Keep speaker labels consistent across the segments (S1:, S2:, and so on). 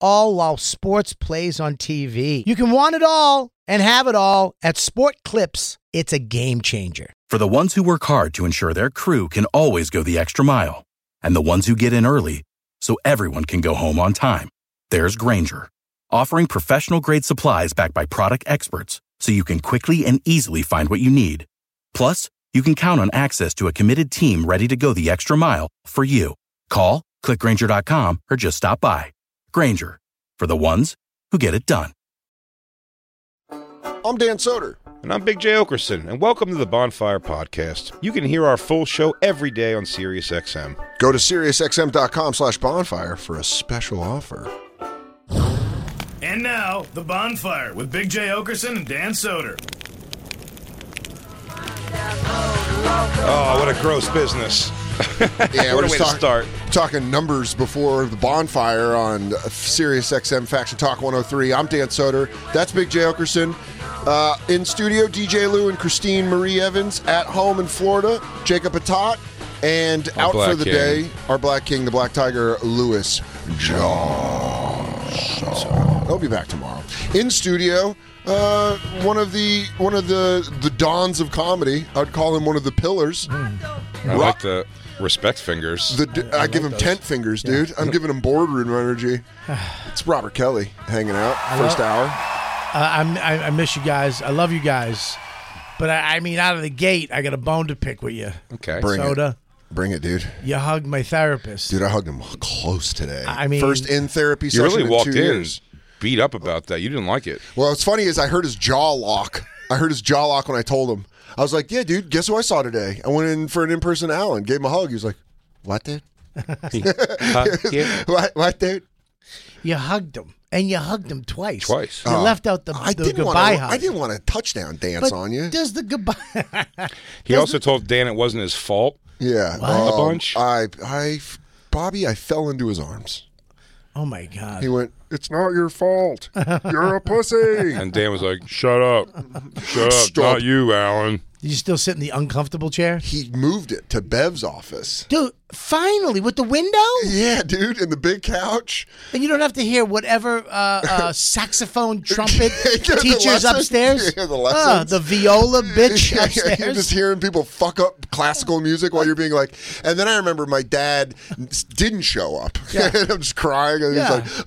S1: all while sports plays on TV. You can want it all and have it all at Sport Clips. It's a game changer.
S2: For the ones who work hard to ensure their crew can always go the extra mile, and the ones who get in early so everyone can go home on time, there's Granger, offering professional grade supplies backed by product experts so you can quickly and easily find what you need. Plus, you can count on access to a committed team ready to go the extra mile for you. Call, clickgranger.com, or just stop by. Granger, for the ones who get it done.
S3: I'm Dan Soder.
S4: And I'm Big J. Okerson, and welcome to the Bonfire Podcast. You can hear our full show every day on SiriusXM.
S3: Go to SiriusXM.com slash bonfire for a special offer.
S5: And now, The Bonfire with Big J. Okerson and Dan Soder.
S4: Oh, what a gross business.
S3: Yeah,
S4: What
S3: we're
S4: a
S3: just
S4: way to
S3: talk-
S4: start.
S3: Talking numbers before the bonfire on uh, Sirius XM Faction Talk 103. I'm Dan Soder. That's Big J. Okerson. Uh, in studio, DJ Lou and Christine Marie Evans. At home in Florida, Jacob Atat. And
S4: Our
S3: out for
S4: Black
S3: the
S4: King.
S3: day, our Black King, the Black Tiger, Lewis Johnson. He'll be back tomorrow. In studio, uh, one of the one of the the dons of comedy. I'd call him one of the pillars.
S4: I like the respect fingers.
S3: The, d I I, give him tent fingers, dude. I'm giving him boardroom energy. It's Robert Kelly hanging out first hour.
S6: I, Uh, I'm- I, I miss you guys. I love you guys. But I, I mean, out of the gate, I got a bone to pick with you.
S4: okay.
S3: Bring
S6: Soda,
S3: it, bring it, dude.
S6: you hugged my therapist.
S3: Dude, I hugged him close today.
S6: I mean-
S3: first in therapy
S4: You
S3: session
S4: really
S3: in
S4: walked
S3: two
S4: in
S3: years.
S4: beat up about that. You didn't like it.
S3: Well, what's funny is I heard his jaw lock. I heard his jaw lock when I told him. I was like, "Yeah, dude, guess who I saw today?" I went in for an in-person Allen, gave him a hug. He was like, "What, dude? What, what, dude?"
S6: You hugged him, and you hugged him twice.
S4: Twice.
S6: You left out the,
S3: Oh. I
S6: the
S3: didn't
S6: goodbye
S3: want.
S6: hug.
S3: I didn't want a touchdown dance
S6: but
S3: on you.
S6: Does the goodbye?
S4: He also told Dan it wasn't his fault.
S3: Yeah,
S4: A
S3: um,
S4: bunch?
S3: I, I, Bobby, I fell into his arms.
S6: oh my god!
S3: He went, It's not your fault. You're a pussy.
S4: And Dan was like, shut up. Shut up.
S3: Stop.
S4: Not you, Alan.
S6: Did you still sit in the uncomfortable chair,
S3: he moved it to Bev's office.
S6: dude? Finally, with the window,
S3: Yeah, dude, in the big couch.
S6: and you don't have to hear whatever uh, uh, saxophone trumpet
S3: Yeah, the
S6: teachers
S3: lessons.
S6: upstairs.
S3: Yeah, the
S6: Ah,
S3: lessons.
S6: the viola bitch
S3: Yeah,
S6: upstairs.
S3: You're just hearing people fuck up classical music while you're being like, and then I remember my dad s- didn't show up. and I'm just crying. And
S6: Yeah.
S3: he's like,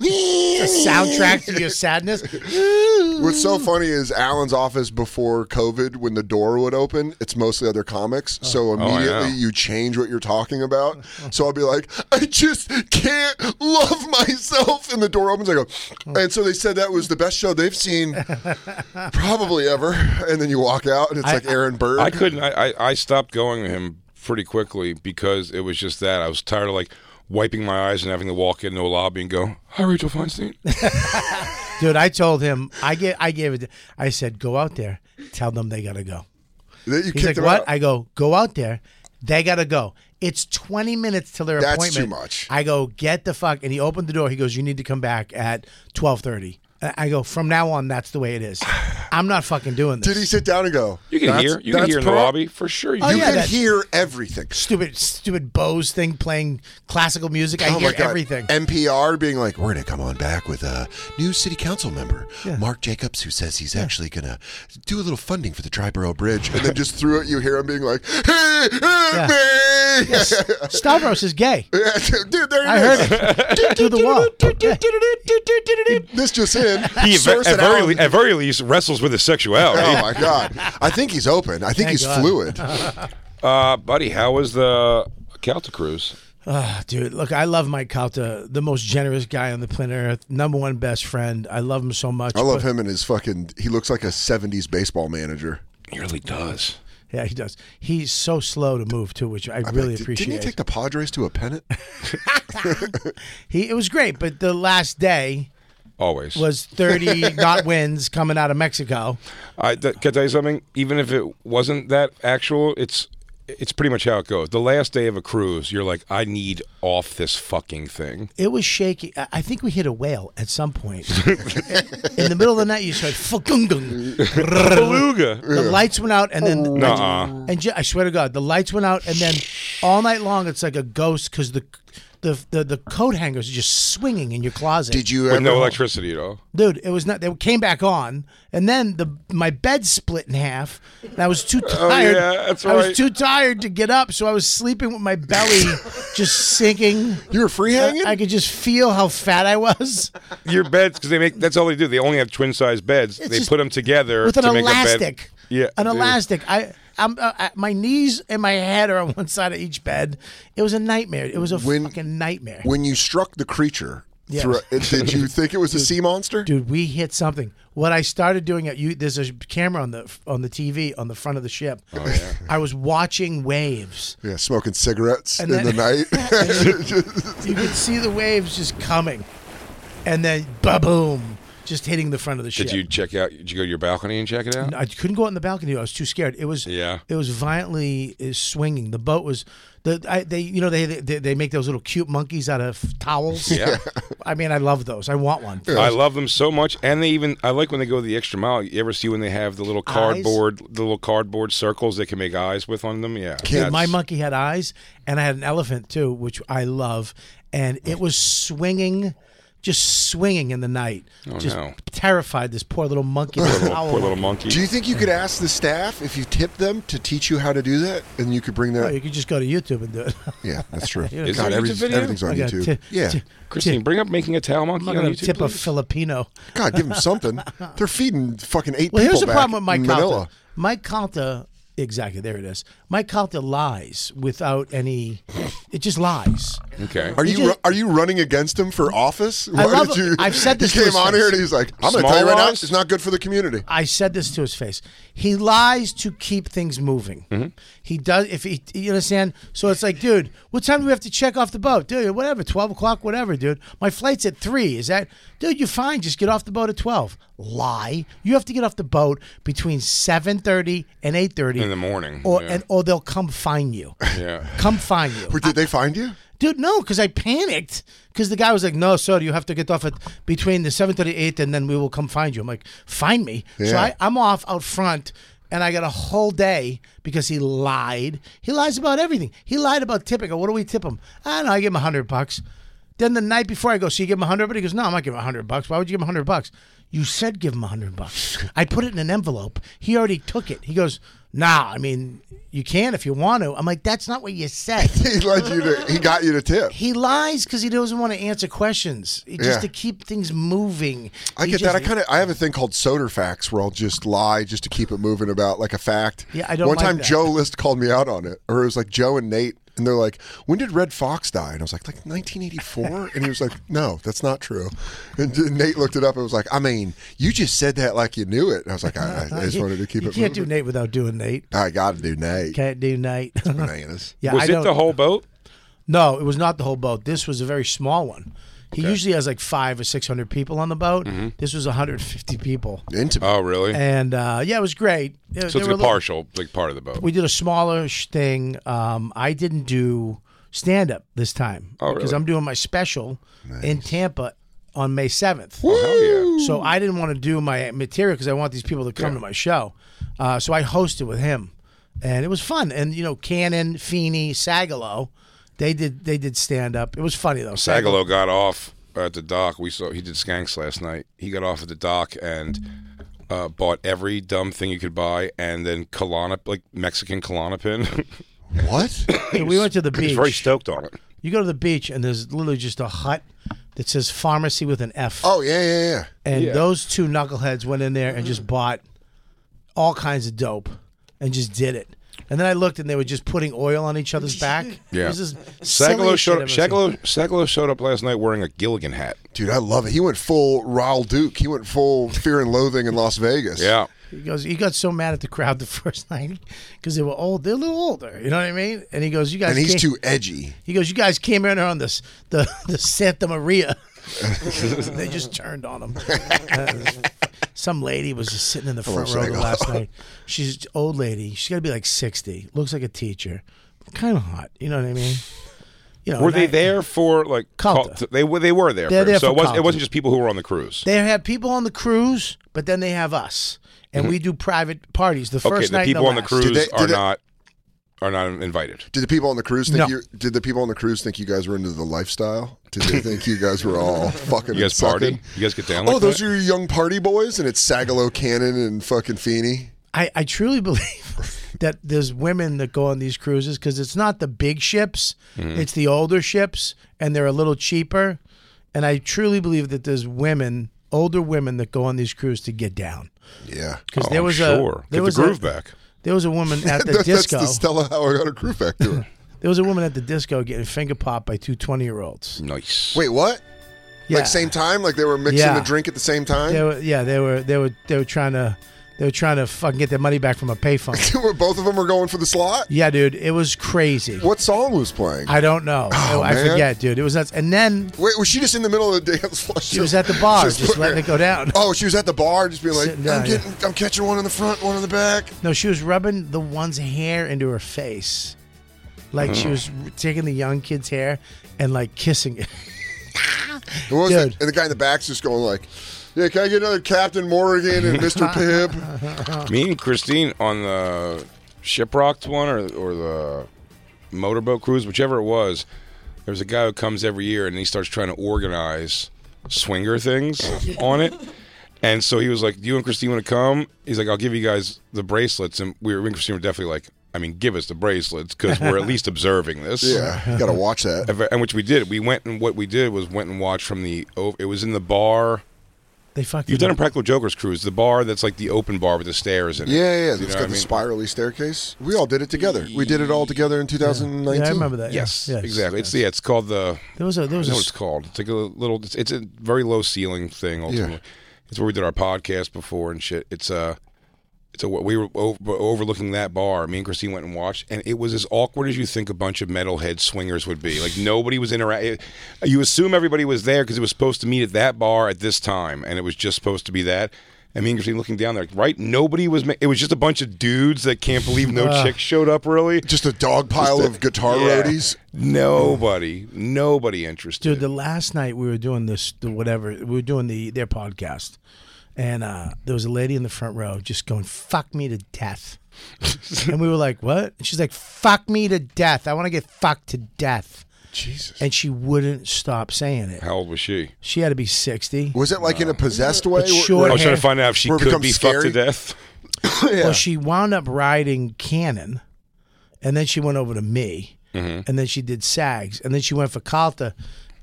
S6: soundtrack to your sadness.
S3: What's
S6: Mm-hmm.
S3: so funny is Alan's office before COVID, when the door would open, it's mostly other
S6: Oh.
S3: comics. So
S4: I know.
S3: immediately you change what you're talking about. So I'll be like, I just can't love myself. And the door opens. I go,
S6: Mm.
S3: and so they said that was the best show they've seen probably ever. And then you walk out and it's like Aaron Burr.
S4: I couldn't. I, I, I stopped going to him pretty quickly because it was just that. I was tired of like wiping my eyes and having to walk into a lobby and go, hi, Rachel Feinstein.
S6: Dude, I told him I get I gave it I said, go out there, tell them they gotta go.
S3: Then you
S6: He's
S3: kicked
S6: like,
S3: him
S6: What?
S3: out.
S6: I go, go out there, they gotta go. It's twenty minutes till their
S3: That's
S6: appointment.
S3: too much.
S6: I go, get the fuck and he opened the door, he goes, You need to come back at twelve thirty. I go, from now on that's the way it is. I'm not fucking doing this.
S3: Did he sit down and go?
S4: You can
S3: "That's-
S4: hear. You can
S3: that's
S4: hear in the
S3: pro-
S4: lobby for sure. You
S6: Oh,
S4: can.
S3: You
S6: yeah,
S3: can
S6: that-
S3: hear everything.
S6: stupid stupid Bose thing playing classical music. I
S3: Oh
S6: hear
S3: my God.
S6: everything.
S3: NPR being like, we're going to come on back with a new city council member, Mark Jacobs, who says he's actually going to do a little funding for the Triborough Bridge. And then just through it, you hear him being like, hey, help
S6: Yeah.
S3: me!
S6: Stavros is gay.
S3: Dude, there he
S6: I
S3: is.
S6: heard it. Through the wall.
S3: This just in.
S4: He at,
S3: Source
S4: ve- at
S3: and
S4: very,
S3: Allen-
S4: le- at very least wrestles with his sexuality.
S3: Oh my God! I think he's open. I think
S6: Thank
S3: he's
S6: God.
S3: fluid.
S6: Oh.
S4: Uh, buddy, how was the Calta cruise?
S6: Ah, dude, look, I love Mike Calta, the most generous guy on the planet Earth, number one best friend. I love him so much.
S3: I love
S6: but-
S3: him and his fucking. He looks like a '70s baseball manager.
S4: He really does.
S6: Yeah, he does. He's so slow to move too, which I,
S3: I
S6: really
S3: bet-
S6: appreciate.
S3: Didn't he take the Padres to a pennant?
S6: He- it was great, but the last day,
S4: Always.
S6: was 30 not wins coming out of Mexico.
S4: I th- can I tell you something. Even if it wasn't that actual, it's it's pretty much how it goes. The last day of a cruise, you're like, I need off this fucking thing.
S6: It was shaky. I I think we hit a whale at some point. In the middle of the night, you just heard fukungung.
S4: Beluga. Uh-uh.
S6: The lights went out, and then
S4: Nuh-uh.
S6: and ju- I swear to God, the lights went out, and then all night long, it's like a ghost because the, the the the coat hangers are just swinging in your closet.
S3: Did you ever?
S4: With no electricity at all.
S6: dude? It was not. They came back on, and then the my bed split in half. And I was too tired.
S4: Oh, yeah, that's
S6: I
S4: right.
S6: was too tired to get up, so I was sleeping with my belly just sinking.
S3: you were free hanging.
S6: I could just feel how fat I was
S4: Uh, Your beds, because they make that's all they do. They only have twin size beds.
S6: It's
S4: they
S6: just-
S4: put them together
S6: with an
S4: to make a bed.
S6: elastic.
S4: Yeah,
S6: an
S4: dude.
S6: elastic. I. I'm, uh, I- my knees and my head are on one side of each bed. It was a nightmare. It was a
S3: When-
S6: fucking nightmare.
S3: when you struck the creature,
S6: Yes.
S3: through, did you think it was a sea monster?
S6: dude we hit something what i started doing at you there's a camera on the on the tv on the front of the ship
S4: Oh,
S6: i was watching waves
S3: Yeah, smoking cigarettes
S6: And
S3: in the
S6: then-
S3: night.
S6: you could see the waves just coming and then ba-boom just hitting the front of the ship
S4: Did you check out? Did you go to your balcony and check it out?
S6: I couldn't go out on the balcony. I was too scared. It was
S4: Yeah.
S6: It was violently uh, swinging. The boat was the I, they you know they, they they make those little cute monkeys out of towels.
S4: Yeah.
S6: I mean I love those. I want one.
S4: I love them so much, and they even I like when they go the extra mile. You ever see when they have the little cardboard, the little cardboard circles they can make eyes with on them? Yeah,
S6: Dude, my
S4: that's-
S6: monkey had eyes, and I had an elephant too, which I love, and it was swinging, just swinging in the night, just
S4: Oh, no.
S6: terrified this poor little monkey. this owl
S4: poor little
S6: monkey.
S4: monkey.
S3: do you think you could ask the staff if you tipped them to teach you how to do that, and you could bring
S6: Oh,
S3: that?
S6: you could just go to YouTube and do it.
S3: yeah, that's true.
S6: Is
S4: there a
S3: God,
S4: YouTube
S3: everything's,
S4: video?
S3: everything's on
S6: I gotta
S3: YouTube.
S6: tip-
S3: yeah,
S6: tip-
S4: Christine,
S6: tip-
S4: bring up making a towel monkey
S6: I'm not
S4: on
S6: going to
S4: YouTube,
S6: tip a
S4: please?
S6: Filipino.
S3: God, give them something. They're feeding fucking eight
S6: Well,
S3: people.
S6: here's the
S3: back
S6: problem with Mike
S3: in Manila.
S6: Calta. Mike Calta, exactly. There it is. Mike Calta lies without any. It just lies.
S4: Okay.
S3: Are you
S6: just-
S3: ru- are you running against him for office? Why
S6: love-
S3: did you,
S6: I've said this to
S3: He came
S6: his
S3: on
S6: face.
S3: here and he's like, "I'm going to
S4: Small
S3: tell you right now,
S4: lies?
S3: it's not good for the community."
S6: I said this to his face. He lies to keep things moving.
S4: Mm-hmm.
S6: He does. If he, you understand, so it's like, dude, what time do we have to check off the boat, dude? Whatever, twelve o'clock, whatever, dude. My flight's at three. Is that, dude? You're fine. Just get off the boat at twelve. Lie. You have to get off the boat between seven thirty and eight thirty
S4: In the morning,
S6: or
S4: yeah.
S6: and or they'll come find you.
S4: Yeah.
S6: Come find you.
S3: But did they find you?
S6: Dude, no, because I panicked. Because the guy was like, "No, sir, you have to get off at between the 7:38 and then we will come find you." I'm like, "Find me." So
S3: Yeah.
S6: I, I'm off out front, and I got a whole day because he lied. He lies about everything. He lied about tipping. I go, What do we tip him? I don't know. I give him a hundred bucks. Then the night before, I go, "So you give him a hundred? But he goes, "No, I'm not giving a hundred bucks. Why would you give him a hundred bucks?" You said give him a hundred bucks. I put it in an envelope. He already took it. He goes, "Nah, I mean, you can if you want to." I'm like, "That's not what you said."
S3: He led you to. He got you to tip.
S6: He lies because he doesn't want to answer questions, He- just
S3: Yeah.
S6: to keep things moving.
S3: I
S6: He
S3: get
S6: just-
S3: that. I kind of I have a thing called soda facts where I'll just lie just to keep it moving about like a fact.
S6: Yeah, I don't
S3: One
S6: like
S3: time
S6: that.
S3: Joe List called me out on it, or it was like Joe and Nate, and they're like, "When did Red Fox die?" And I was like, "Like 1984," and he was like, "No, that's not true." And d- Nate looked it up and was like, "I mean, you just said that like you knew it." And I was like, "I, I just
S6: You-
S3: wanted to keep
S6: you
S3: it."
S6: can't
S3: moving.
S6: do Nate without doing Nate.
S3: I got to do Nate.
S6: Can't do Nate.
S3: Bananas.
S6: yeah,
S4: was
S6: I
S4: it
S6: don't.
S4: the whole boat?
S6: no, it was not the whole boat. This was a very small one. He usually has like five or six hundred people on the boat.
S4: Mm-hmm.
S6: This was 150 people,
S3: Intimate.
S4: Oh, really?
S6: and uh, yeah, it was great. It-
S4: so
S6: they
S4: it's
S6: were
S4: like a
S6: little-
S4: partial, like part of the boat.
S6: We did a smaller sh- thing. Um, I didn't do stand up this time
S4: Oh,
S6: because
S4: really?
S6: I'm doing my special in Tampa on May 7th.
S4: oh, hell yeah.
S6: So I didn't want to do my material because I want these people to come to my show. Uh, so I hosted with him, and it was fun. And you know, Cannon, Feeney, Sagalo, they did they did stand up. It was funny though.
S4: Sagalo got off at the dock. We saw he did skanks last night. He got off at the dock and uh, bought every dumb thing you could buy, and then Kalana, like Mexican Kalanapin.
S3: What?
S6: Sagalo- we went to the
S4: He's very
S6: beach.
S4: stoked on it.
S6: You go to the beach, and there's literally just a hut that says pharmacy with an F.
S3: Oh yeah, yeah, yeah.
S6: and
S4: yeah. Mm.
S6: those two knuckleheads went in there and just bought all kinds of dope and just did it. And then I looked, and they were just putting oil on each other's back.
S4: Yeah.
S6: This is
S4: Sagalo showed up.
S6: Sagalo.
S4: Sagalo, Sagalo showed up last night wearing a Gilligan hat.
S3: Dude, I love it. He went full Raul Duke. He went full Fear and Loathing in Las Vegas.
S4: Yeah,
S6: He goes, he got so mad at the crowd the first night because they were old. They're a little older, you know what I mean? And he goes, you guys,
S3: And he's
S6: came-
S3: too edgy.
S6: He goes, you guys came in on this the the Santa Maria they just turned on him. Some lady was just sitting in the front row
S3: Motorcycle.
S6: last night. She's old lady. She's got to be like sixty. Looks like a teacher. Kind of hot. You know what I mean? You know.
S4: Were
S6: and
S4: they
S6: I-
S4: there for like
S6: Calta.
S4: cult- They were. They were there.
S6: Oh, They're
S4: for-
S6: there
S4: so
S6: for
S4: it, was,
S6: Calta.
S4: it wasn't just people who were on the cruise.
S6: They have people on the cruise, but then they have us, and we do private parties. The first night,
S4: okay, the
S6: and
S4: people on the
S6: last.
S4: cruise
S3: Did they-
S4: are
S3: did they-
S4: not are not invited.
S3: Did the people on the cruise think
S6: No.
S3: you? Did the people on the cruise think you guys were into the lifestyle? Did they think you guys were all fucking?
S4: You guys
S3: and sucking?
S4: party? You guys get down like
S3: oh, those
S4: that?
S3: are your young party boys, and it's Sagalo Cannon and fucking Feeney.
S6: I, I truly believe that there's women that go on these cruises because it's not the big ships,
S4: Mm-hmm.
S6: it's the older ships, and they're a little cheaper. And I truly believe that there's women, older women, that go on these cruises to get down.
S3: Yeah,
S6: Because
S4: Oh,
S6: there
S4: I'm
S6: was
S4: sure.
S6: a there
S4: get
S6: was
S4: the groove
S6: a,
S4: back.
S6: There was a woman at the
S3: That- that's
S6: disco.
S3: the Stella Howard groove back to her.
S6: there was a woman at the disco getting finger popped by two 20 year olds.
S4: Nice.
S3: Wait, what?
S6: Yeah.
S3: Like same time? Like they were mixing
S6: Yeah.
S3: the drink at the same time?
S6: They were, yeah, they were they were they were trying to they were trying to fucking get their money back from a payphone.
S3: Were Both of them were going for the slot.
S6: yeah, dude, it was crazy.
S3: What song was playing?
S6: I don't know.
S3: Oh,
S6: I, I
S3: man.
S6: forget, dude. It was nuts. And then
S3: Wait, was she just in the middle of the dance floor?
S6: she was at the bar, just,
S3: putting
S6: letting
S3: her-
S6: it go down.
S3: Oh, she was at the bar, just being like,
S6: Sitting down,
S3: I'm,
S6: yeah.
S3: getting, I'm catching one in the front, one in the back.
S6: No, she was rubbing the one's hair into her face, like
S4: Hmm.
S6: she was r- taking the young kid's hair and like kissing it.
S3: And, what was
S6: Dude.
S3: that? and the guy in the back's just going like, yeah, can I get another Captain Morgan and Mr. Pibb?
S4: Me and Christine on the shiprocked one or or the motorboat cruise, whichever it was. There's a guy who comes every year and he starts trying to organize swinger things on it. And so he was like, "Do you and Christine want to come?" He's like, "I'll give you guys the bracelets." And we were, me and Christine were definitely like, "I mean, give us the bracelets because we're at least observing this."
S3: Yeah, you gotta watch that.
S4: Ev- And which we did. We went and what we did was went and watched from the. o- It was in the bar.
S6: They fucked
S4: You've
S6: it
S4: done a
S6: up.
S3: Mm-hmm.
S4: Practical Jokers cruise, the bar that's like the open bar with the stairs in it.
S3: Yeah, yeah, yeah.
S4: You know
S3: It's
S4: what
S3: got
S4: I
S3: the
S4: mean?
S3: spirally staircase. We all did it together. We did it all together in 2019.
S6: Yeah, I remember that. yeah.
S4: Yes,
S6: Yes.
S4: exactly. It's yeah, it's called the.
S6: There was a there
S4: I
S6: was
S4: know what it's
S6: a,
S4: called. It's like a little. It's, it's a very low ceiling thing. Ultimately, it's where we did our podcast before and shit. It's uh It's a, we were over, overlooking that bar. Me and Christine went and watched, and it was as awkward as you think a bunch of metalhead swingers would be. Like nobody was interacting. You assume everybody was there because it was supposed to meet at that bar at this time, and it was just supposed to be that. And me and Christine looking down there, like, right? Nobody was. Ma- it was just a bunch of dudes that can't believe no
S6: Ah.
S4: chick showed up. Really,
S3: Just a dog pile of guitar
S4: yeah.
S3: roadies.
S4: Nobody, nobody interested.
S6: dude. The last night we were doing this, the whatever we were doing the their podcast, and uh, there was a lady in the front row just going "fuck me to death," and we were like, "What?" And she's like, "Fuck me to death. I want to get fucked to death,"
S3: Jesus.
S6: and she wouldn't stop saying it.
S4: How old was she?
S6: She had to be sixty.
S3: Was it like in a possessed way?
S6: But
S3: Where-
S6: short
S4: I
S3: where-
S4: was trying to find out if she
S3: Where it
S4: could
S3: becomes
S4: be
S3: scary?
S4: fucked to death.
S6: Well, she wound up riding Cannon, and then she went over to me,
S3: Mm-hmm.
S6: and then she did Sags, and then she went for Calta,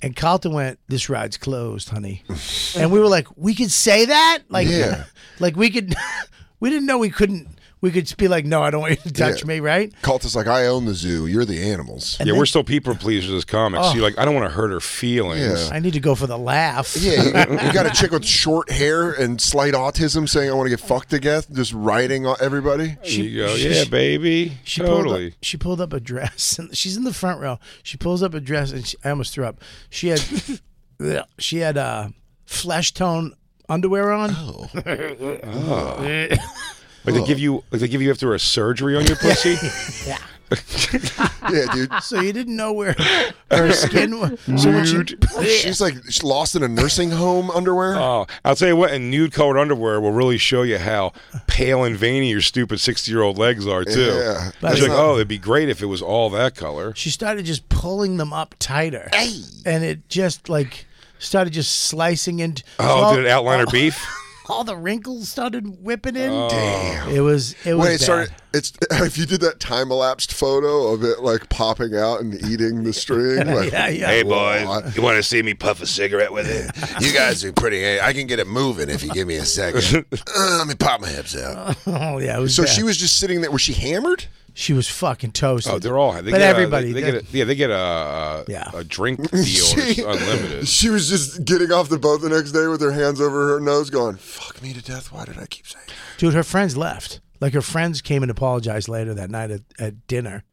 S6: and Calta went, "This ride's closed, honey," and we were like, "We could say that, like,
S3: Yeah.
S6: like we could, we didn't know we couldn't." We could just be like, no, I don't want you to touch
S3: Yeah.
S6: me, right?
S3: Cultist like I own the zoo. You're the animals.
S4: yeah, we're still people pleasers as comics.
S6: Oh.
S4: You're like, I don't want to hurt her feelings.
S6: I need to go for the laugh.
S3: Yeah, you, you got a chick with short hair and slight autism saying I want to get fucked to death, just riding on everybody.
S4: She, you go,
S6: she-
S4: yeah,
S6: she-
S4: baby,
S6: She Pulled
S4: Oh, totally.
S6: up, she pulled up a dress, and she's in the front row. She pulls up a dress, and she, I almost threw up. She had, she had uh, flesh tone underwear on.
S4: Oh. Like
S3: Oh.
S4: they give you, like they give you after a surgery on your pussy.
S3: Yeah, dude.
S6: So you didn't know where her skin was.
S4: Mm.
S6: So when she,
S3: She's like she's lost in a nursing home underwear.
S4: oh, I'll tell you what, and nude colored underwear will really show you how pale and veiny your stupid sixty year old legs are too.
S3: Yeah.
S4: It's like, oh, it'd be great if it was all that color.
S6: she started just pulling them up tighter, and it just like started just slicing into.
S4: Oh,
S6: all,
S4: did it outline her Oh. beef?
S6: all the wrinkles started whipping in. Damn. It was. It was.
S3: When it started,
S6: bad.
S3: it's if you did that time elapsed photo of it like popping out and eating the string. Like,
S6: Yeah, yeah.
S7: Hey,
S3: Whoa.
S7: boys, you want to see me puff a cigarette with it? You guys are pretty. I can get it moving if you give me a second. Uh, let me pop my hips out.
S6: Oh, yeah. It was
S3: So
S6: bad.
S3: she was just sitting there. Was she hammered?
S6: She was fucking toasted.
S4: Oh, they're all. They
S6: but
S4: get a-
S6: everybody.
S4: they, they get a, yeah, they get a, a,
S6: Yeah.
S4: a drink deal. It's unlimited.
S3: She was just getting off the boat the next day with her hands over her nose, going "fuck me to death." Why did I keep saying? that?"
S6: Dude, her friends left. Like her friends came and apologized later that night at, at dinner.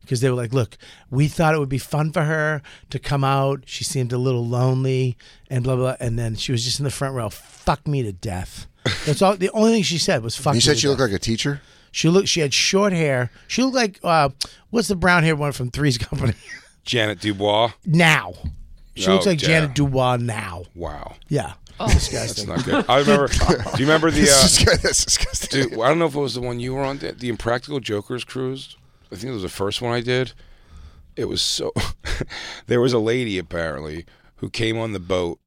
S6: because they were like, look, we thought it would be fun for her to come out. She seemed a little lonely and blah, blah. And then she was just in the front row. Fuck me to death. That's all. The only thing she said was fuck
S3: You
S6: me
S3: said
S6: to
S3: she
S6: death.
S3: looked like a teacher.
S6: She looked. She had short hair. She looked like uh, what's the brown hair one from Three's Company?
S4: Janet Dubois.
S6: now, she looks
S4: Oh,
S6: like Janet
S4: yeah.
S6: Dubois now.
S4: Wow,
S6: Yeah,
S4: that's not good. I remember. do you remember the?
S3: This
S4: Uh,
S3: is good. That's disgusting.
S4: dude, I don't know if it was the one you were on, the, the Impractical Jokers cruise. I think it was the first one I did. It was so. there was a lady apparently who came on the boat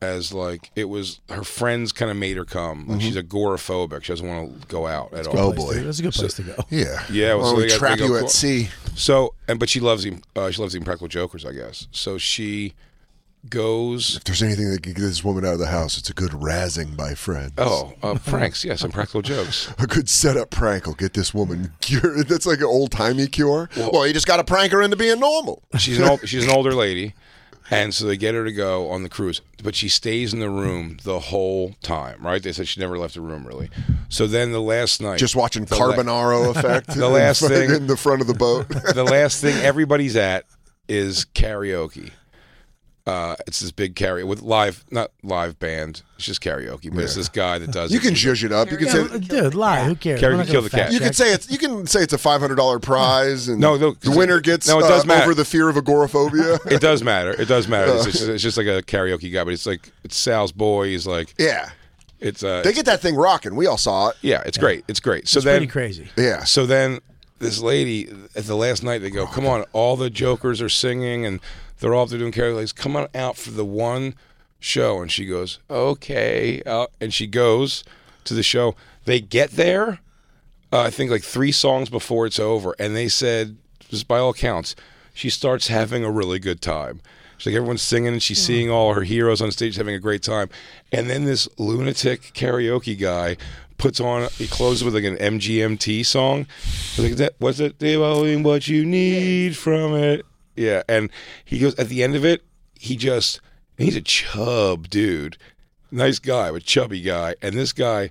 S4: as like it was her friends kind of made her come. Like she's agoraphobic. She doesn't want to go out at all.
S3: Oh boy.
S6: that's a good place to go.
S3: Yeah.
S4: Yeah,
S3: Well,
S4: so
S3: we
S4: they got-
S3: trap
S4: they go
S3: you at
S4: cool.
S3: sea.
S4: So and but she loves the uh, she loves the Impractical Jokers, I guess. So she goes.
S3: If there's anything that can get this woman out of the house, it's a good razzing by friends.
S4: Oh, uh, Frank's yes, Impractical Jokes.
S3: A good setup prank will get this woman cured. That's like an old timey cure. Well, you just got to prank her into being normal.
S4: She's an old, she's an older lady, and so they get her to go on the cruise, but she stays in the room the whole time. Right? They said she never left the room really. So then the last night,
S3: Just watching
S4: the la-
S3: Carbonaro effect.
S4: The last
S3: in,
S4: thing-
S3: in the front of the boat.
S4: the last thing everybody's at is karaoke. Uh, it's this big karaoke with live, not live band. It's just karaoke, but it's this guy that does.
S3: you
S4: it.
S3: can zhuzh it up. You can
S6: Yeah,
S3: say.
S6: dude, lie. Who cares?
S4: Carrie
S6: We're not
S4: can kill
S6: gonna
S4: the cat.
S3: You
S6: fact
S3: can
S6: check.
S3: say it's. You can say it's a five hundred dollar prize, and
S4: No, no,
S3: the winner gets
S4: no, it
S3: uh,
S4: does matter.
S3: over the fear of agoraphobia.
S4: It does matter. It does matter. It's, it's, it's just like a karaoke guy, but it's like it's Sal's boy. He's like
S3: yeah,
S4: it's uh,
S3: they get that thing rocking. We all saw it.
S4: yeah, it's great. It's great. So
S6: It's
S4: then
S6: pretty crazy.
S3: Yeah,
S4: So then this lady at the last night they go, come on, all the jokers are singing and they're all up there doing karaoke. Like, come on out for the one show, and she goes, okay, uh, and she goes to the show. They get there, uh, I think like three songs before it's over, and they said, just by all accounts, she starts having a really good time. She's like everyone's singing and she's seeing all her heroes on stage having a great time. And then this lunatic karaoke guy puts on he closes with like an MGMT song. He's like that what's it? Devoting what you need from it. Yeah. And he goes at the end of it, he just and he's a chub dude. Nice guy, but chubby guy. And this guy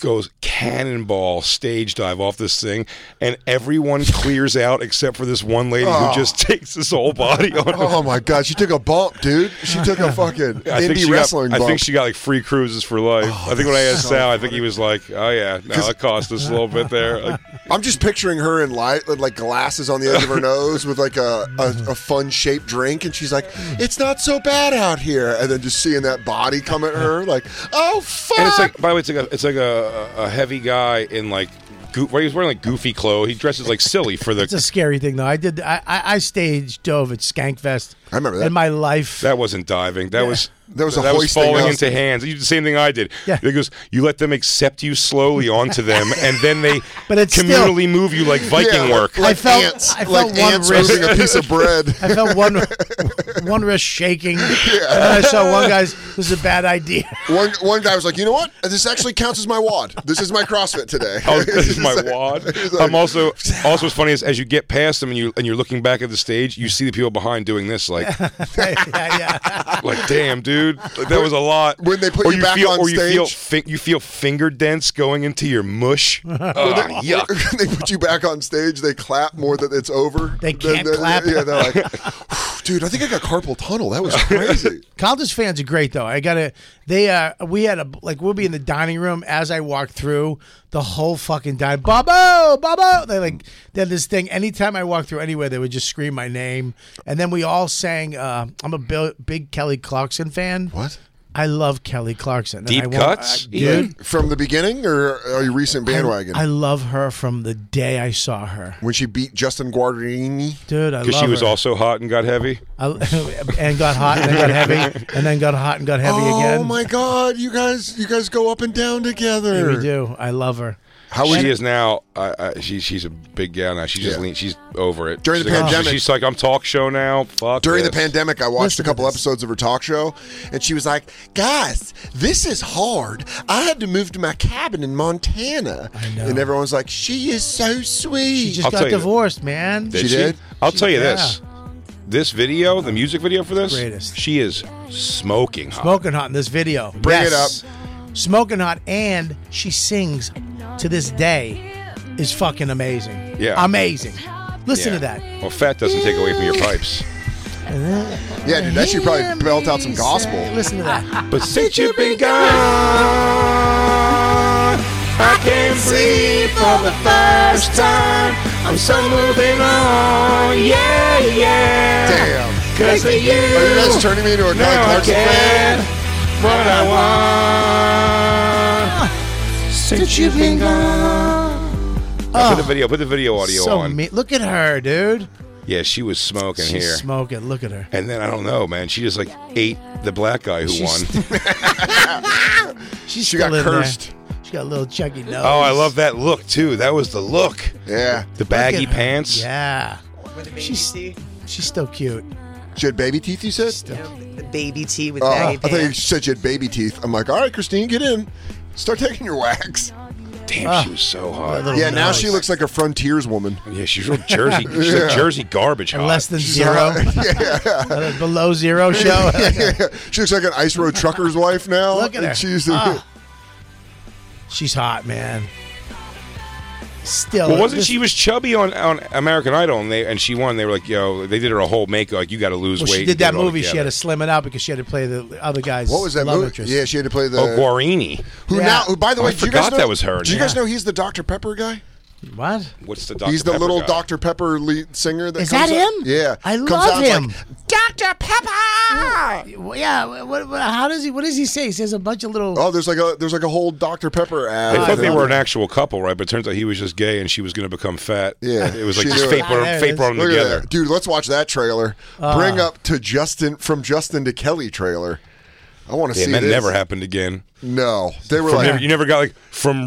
S4: goes cannonball stage dive off this thing, and everyone clears out except for this one lady who just takes his whole body on. her.
S3: Oh my god, she took a bump, dude. She took a fucking
S4: I think,
S3: indie
S4: she
S3: wrestling Oh,
S4: got, I
S3: bump.
S4: think she got like free cruises for life. I think when I asked Sal, I think he was like, "Oh yeah, no, it cost us a little bit there." Like,
S3: I'm just picturing her in light, with, like glasses on the edge of her nose, with like a, a, a fun shaped drink, and she's like, "It's not so bad out here." And then just seeing that body come at her, like, "Oh fuck!"
S4: and it's like, by the way, it's like a, it's like a, a heavy guy in like, goo well, he was wearing like goofy clothes. He dresses like silly for
S6: It's a
S4: the.
S6: scary thing, though. I did. I I, I staged dove at Skankfest.
S3: I remember that.
S6: in my life.
S4: That wasn't diving. That was
S3: That was a
S4: that was
S3: hoisting
S4: falling
S3: up.
S4: into hands. You did the same thing I did.
S6: Yeah.
S4: It goes. You let them accept you slowly onto them, and then they
S6: But it's still-
S4: communally move you like Viking
S3: Yeah,
S4: work.
S3: Like
S6: I felt-
S3: ants,
S6: I felt
S3: like
S6: one
S3: ants
S6: wrist-
S3: holding a piece of bread.
S6: I felt one one wrist shaking, and then I saw one guy's. This is a bad idea.
S3: one one guy was like, "You know what? This actually counts as my wad. This is my CrossFit today."
S4: Oh, this is my wad.
S3: He's like-
S4: I'm also also what's funny is as you get past them and you and you're looking back at the stage, you see the people behind doing this like
S6: yeah, yeah.
S4: like damn dude, like, that was a lot.
S3: When they put
S4: or
S3: you back
S4: feel,
S3: on
S4: or you feel
S3: stage?
S4: fi- you feel finger dents going into your mush. Ah, yuck.
S3: they put you back on stage. They clap more that it's over.
S6: They
S3: Then
S6: can't
S3: they're-
S6: clap.
S3: Yeah, they're like, "Whew, dude, I think I got carpal tunnel. That was crazy.
S6: College fans are great though. I gotta. They uh, we had a like we'll be in the dining room as I walk through the whole fucking dining. Bobo, Bobo. They like they had this thing. Anytime I walked through anywhere, they would just scream my name, and then we all sang. Uh, I'm a Bill, big Kelly Clarkson fan.
S3: What?
S6: I love Kelly Clarkson. and
S4: Deep
S6: I want-
S4: cuts,
S6: I-
S4: dude.
S3: From the beginning, or are you recent bandwagon?
S6: I love her from the day I saw her,
S3: when she beat Justin Guarini,
S6: dude. I love
S4: Because she was
S6: her.
S4: also hot and got heavy.
S6: I- and got hot and then got heavy and then got hot and got heavy
S3: oh
S6: again.
S3: my God! You guys, you guys go up and down together.
S6: We do. I love her.
S3: How would
S4: She
S3: you?
S4: is now. Uh, uh, she she's a big gal now. She's just
S3: Yeah.
S4: lean. She's over it.
S3: During the
S4: She's like-
S3: pandemic-
S4: she's like I'm talk show now. Fuck.
S3: During the
S4: this.
S3: pandemic, I watched
S6: Listen
S3: a couple
S6: to this.
S3: episodes of her talk show, and she was like, "Guys, this is hard. I had to move to my cabin in Montana." I know. And everyone's like, "She is so sweet."
S6: She just
S4: I'll tell
S6: got
S4: you that-
S6: divorced, man.
S3: She did?
S4: I'll tell you
S6: yeah.
S4: this. This video, the music video for this,
S6: Greatest.
S4: she is smoking hot.
S6: Smoking hot in this video.
S3: Bring it
S6: Yes. Smoking hot, and she sings to this day is fucking amazing.
S4: Yeah.
S6: Amazing. Listen to
S4: Yeah.
S6: that.
S4: Well, fat doesn't take away from your pipes.
S3: Yeah, dude, that should probably belt out some gospel.
S6: Listen to that.
S4: But since you've been gone, I can't breathe for the first time. I'm so moving on, yeah, yeah.
S3: Damn.
S4: Cause of you,
S3: Are you guys turning me into a Kelly
S4: now I
S3: Clarkson
S4: get
S3: fan?
S4: what I want. Since you've been gone. Now put the video, put the video audio
S6: Ah. So
S4: on.
S6: me- look at her, dude.
S4: yeah, she was smoking
S6: She's
S4: here.
S6: smoking. Look at her.
S4: and then I don't know, man. She just like ate the black guy who
S6: She's-
S4: won.
S6: She's
S3: She got
S6: still in there.
S3: cursed.
S6: She got a little chunky nose.
S4: Oh, I love that look too. That was the look.
S3: Yeah.
S4: The baggy
S6: Look at her.
S4: pants.
S6: Yeah. She's, she's still cute.
S3: She had baby teeth, you said?
S8: The baby tea with
S3: Uh, I
S8: baggy
S3: thought you
S8: pants.
S3: said she had baby teeth. I'm like, all right, Christine, get in. Start taking your wax.
S4: Damn, she was so hot.
S6: Ah. little-
S3: Yeah, now
S6: nice.
S3: she looks like a frontiers woman.
S4: yeah, she's real Jersey. She's like Jersey garbage hot.
S6: Less than zero. Uh, Below zero show.
S3: she looks like an ice road trucker's wife now.
S6: Look at
S3: and
S6: her.
S3: She's
S6: Ah. She's hot, man. Still.
S4: Well, wasn't
S6: this-
S4: she was chubby on, on American Idol and they and she won. They were like, yo, they did her a whole makeup. Like you got to lose
S6: Well,
S4: weight.
S6: she
S4: and
S6: did that
S4: it all
S6: movie. She had to
S4: together.
S6: slim it out because she had to play the other guy's
S3: what was that
S6: love
S3: movie?
S6: interest.
S3: Yeah, she had to play the.
S4: Oh, Guarini.
S3: who
S6: Yeah.
S3: now? Who, by the
S4: I
S3: way, did you guys
S4: forgot
S3: know,
S4: that was her.
S3: Do you guys
S4: Yeah.
S3: know he's the Dr Pepper guy?
S6: What?
S4: What's the Dr.
S3: he's the
S4: Pepper
S3: little
S4: guy?
S3: Dr Pepper lead singer. That
S6: Is
S3: comes
S6: that
S3: out-
S6: him?
S3: Yeah,
S6: I
S3: Comes
S6: love
S3: out, it's
S6: him.
S3: Like,
S8: Dr. Pepper!
S6: Well, yeah. What, what- how does he? What does he say? He says a bunch of little.
S3: oh, there's like a there's like a whole Dr Pepper ad.
S4: They thought they
S3: Yeah.
S4: were an actual couple, right? But it turns out he was just gay and she was going to become fat.
S3: Yeah.
S4: It was like
S3: She
S4: just
S3: knew
S4: fate
S3: it.
S4: brought,
S6: Ah, there it
S4: fate
S6: is.
S4: brought them
S3: Look at
S4: together.
S3: that, dude. Let's watch that trailer. Bring up to Justin from Justin to Kelly trailer. I want to see
S4: Yeah, and that
S3: this.
S4: never happened again.
S3: No, they were
S4: From
S3: like
S4: never- you never got like from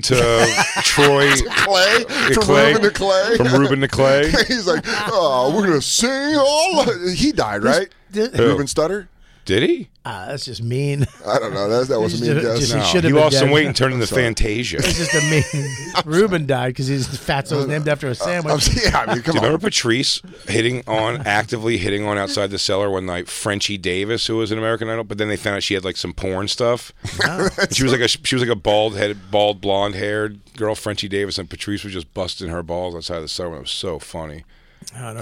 S4: to Troy.
S3: Clay
S4: to
S3: from
S4: Clay,
S3: Ruben to Clay.
S4: From Ruben to Clay.
S3: He's like, oh, we're gonna sing all. He died, right?
S6: This-
S4: Who?
S3: Ruben Stutter.
S4: Did he?
S6: Ah, that's just mean.
S3: I don't know. That, that was a mean
S6: Just-
S3: guess.
S6: just- He should
S4: he
S6: have been
S4: lost some
S6: dead.
S4: weight and turned into Fantasia.
S6: It's
S4: Do
S6: just a mean. Ruben died because his fatso was named after a
S3: Uh, I'm,
S6: sandwich.
S3: yeah, I mean, come
S4: you
S3: on.
S4: remember Patrice hitting on, actively hitting on outside the cellar one night? Frenchie Davis, who was an American Idol, but then they found out she had like some porn stuff. she was like a she was like a bald headed, bald blonde haired girl, Frenchie Davis, and Patrice was just busting her balls outside the cellar. It was so funny.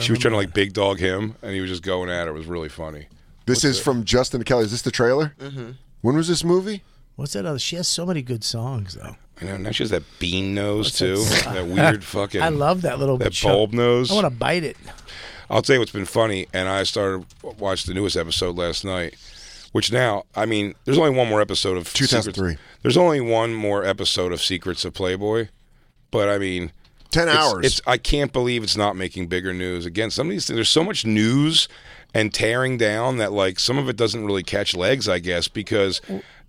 S4: She was trying to like big dog him, and he was just going at her. It was really funny.
S3: This is from Justin to Kelly. Is this the trailer? Mm-hmm. When was this movie?
S6: What's that other? She has so many good songs though.
S4: I know. Now she has that bean nose too. That weird fucking.
S6: I love that little
S4: that
S6: chunk.
S4: bulb nose.
S6: I want to bite it.
S4: I'll tell you what's been funny, and I started watched the newest episode last night, which now I mean, there's only one more episode of Secrets-
S3: 2003.
S4: There's only one more episode of Secrets of Playboy, but I mean,
S3: Ten
S4: it's-
S3: hours.
S4: It's I can't believe it's not making bigger news. Again, some of these things, there's so much news and tearing down that like some of it doesn't really catch legs, I guess, because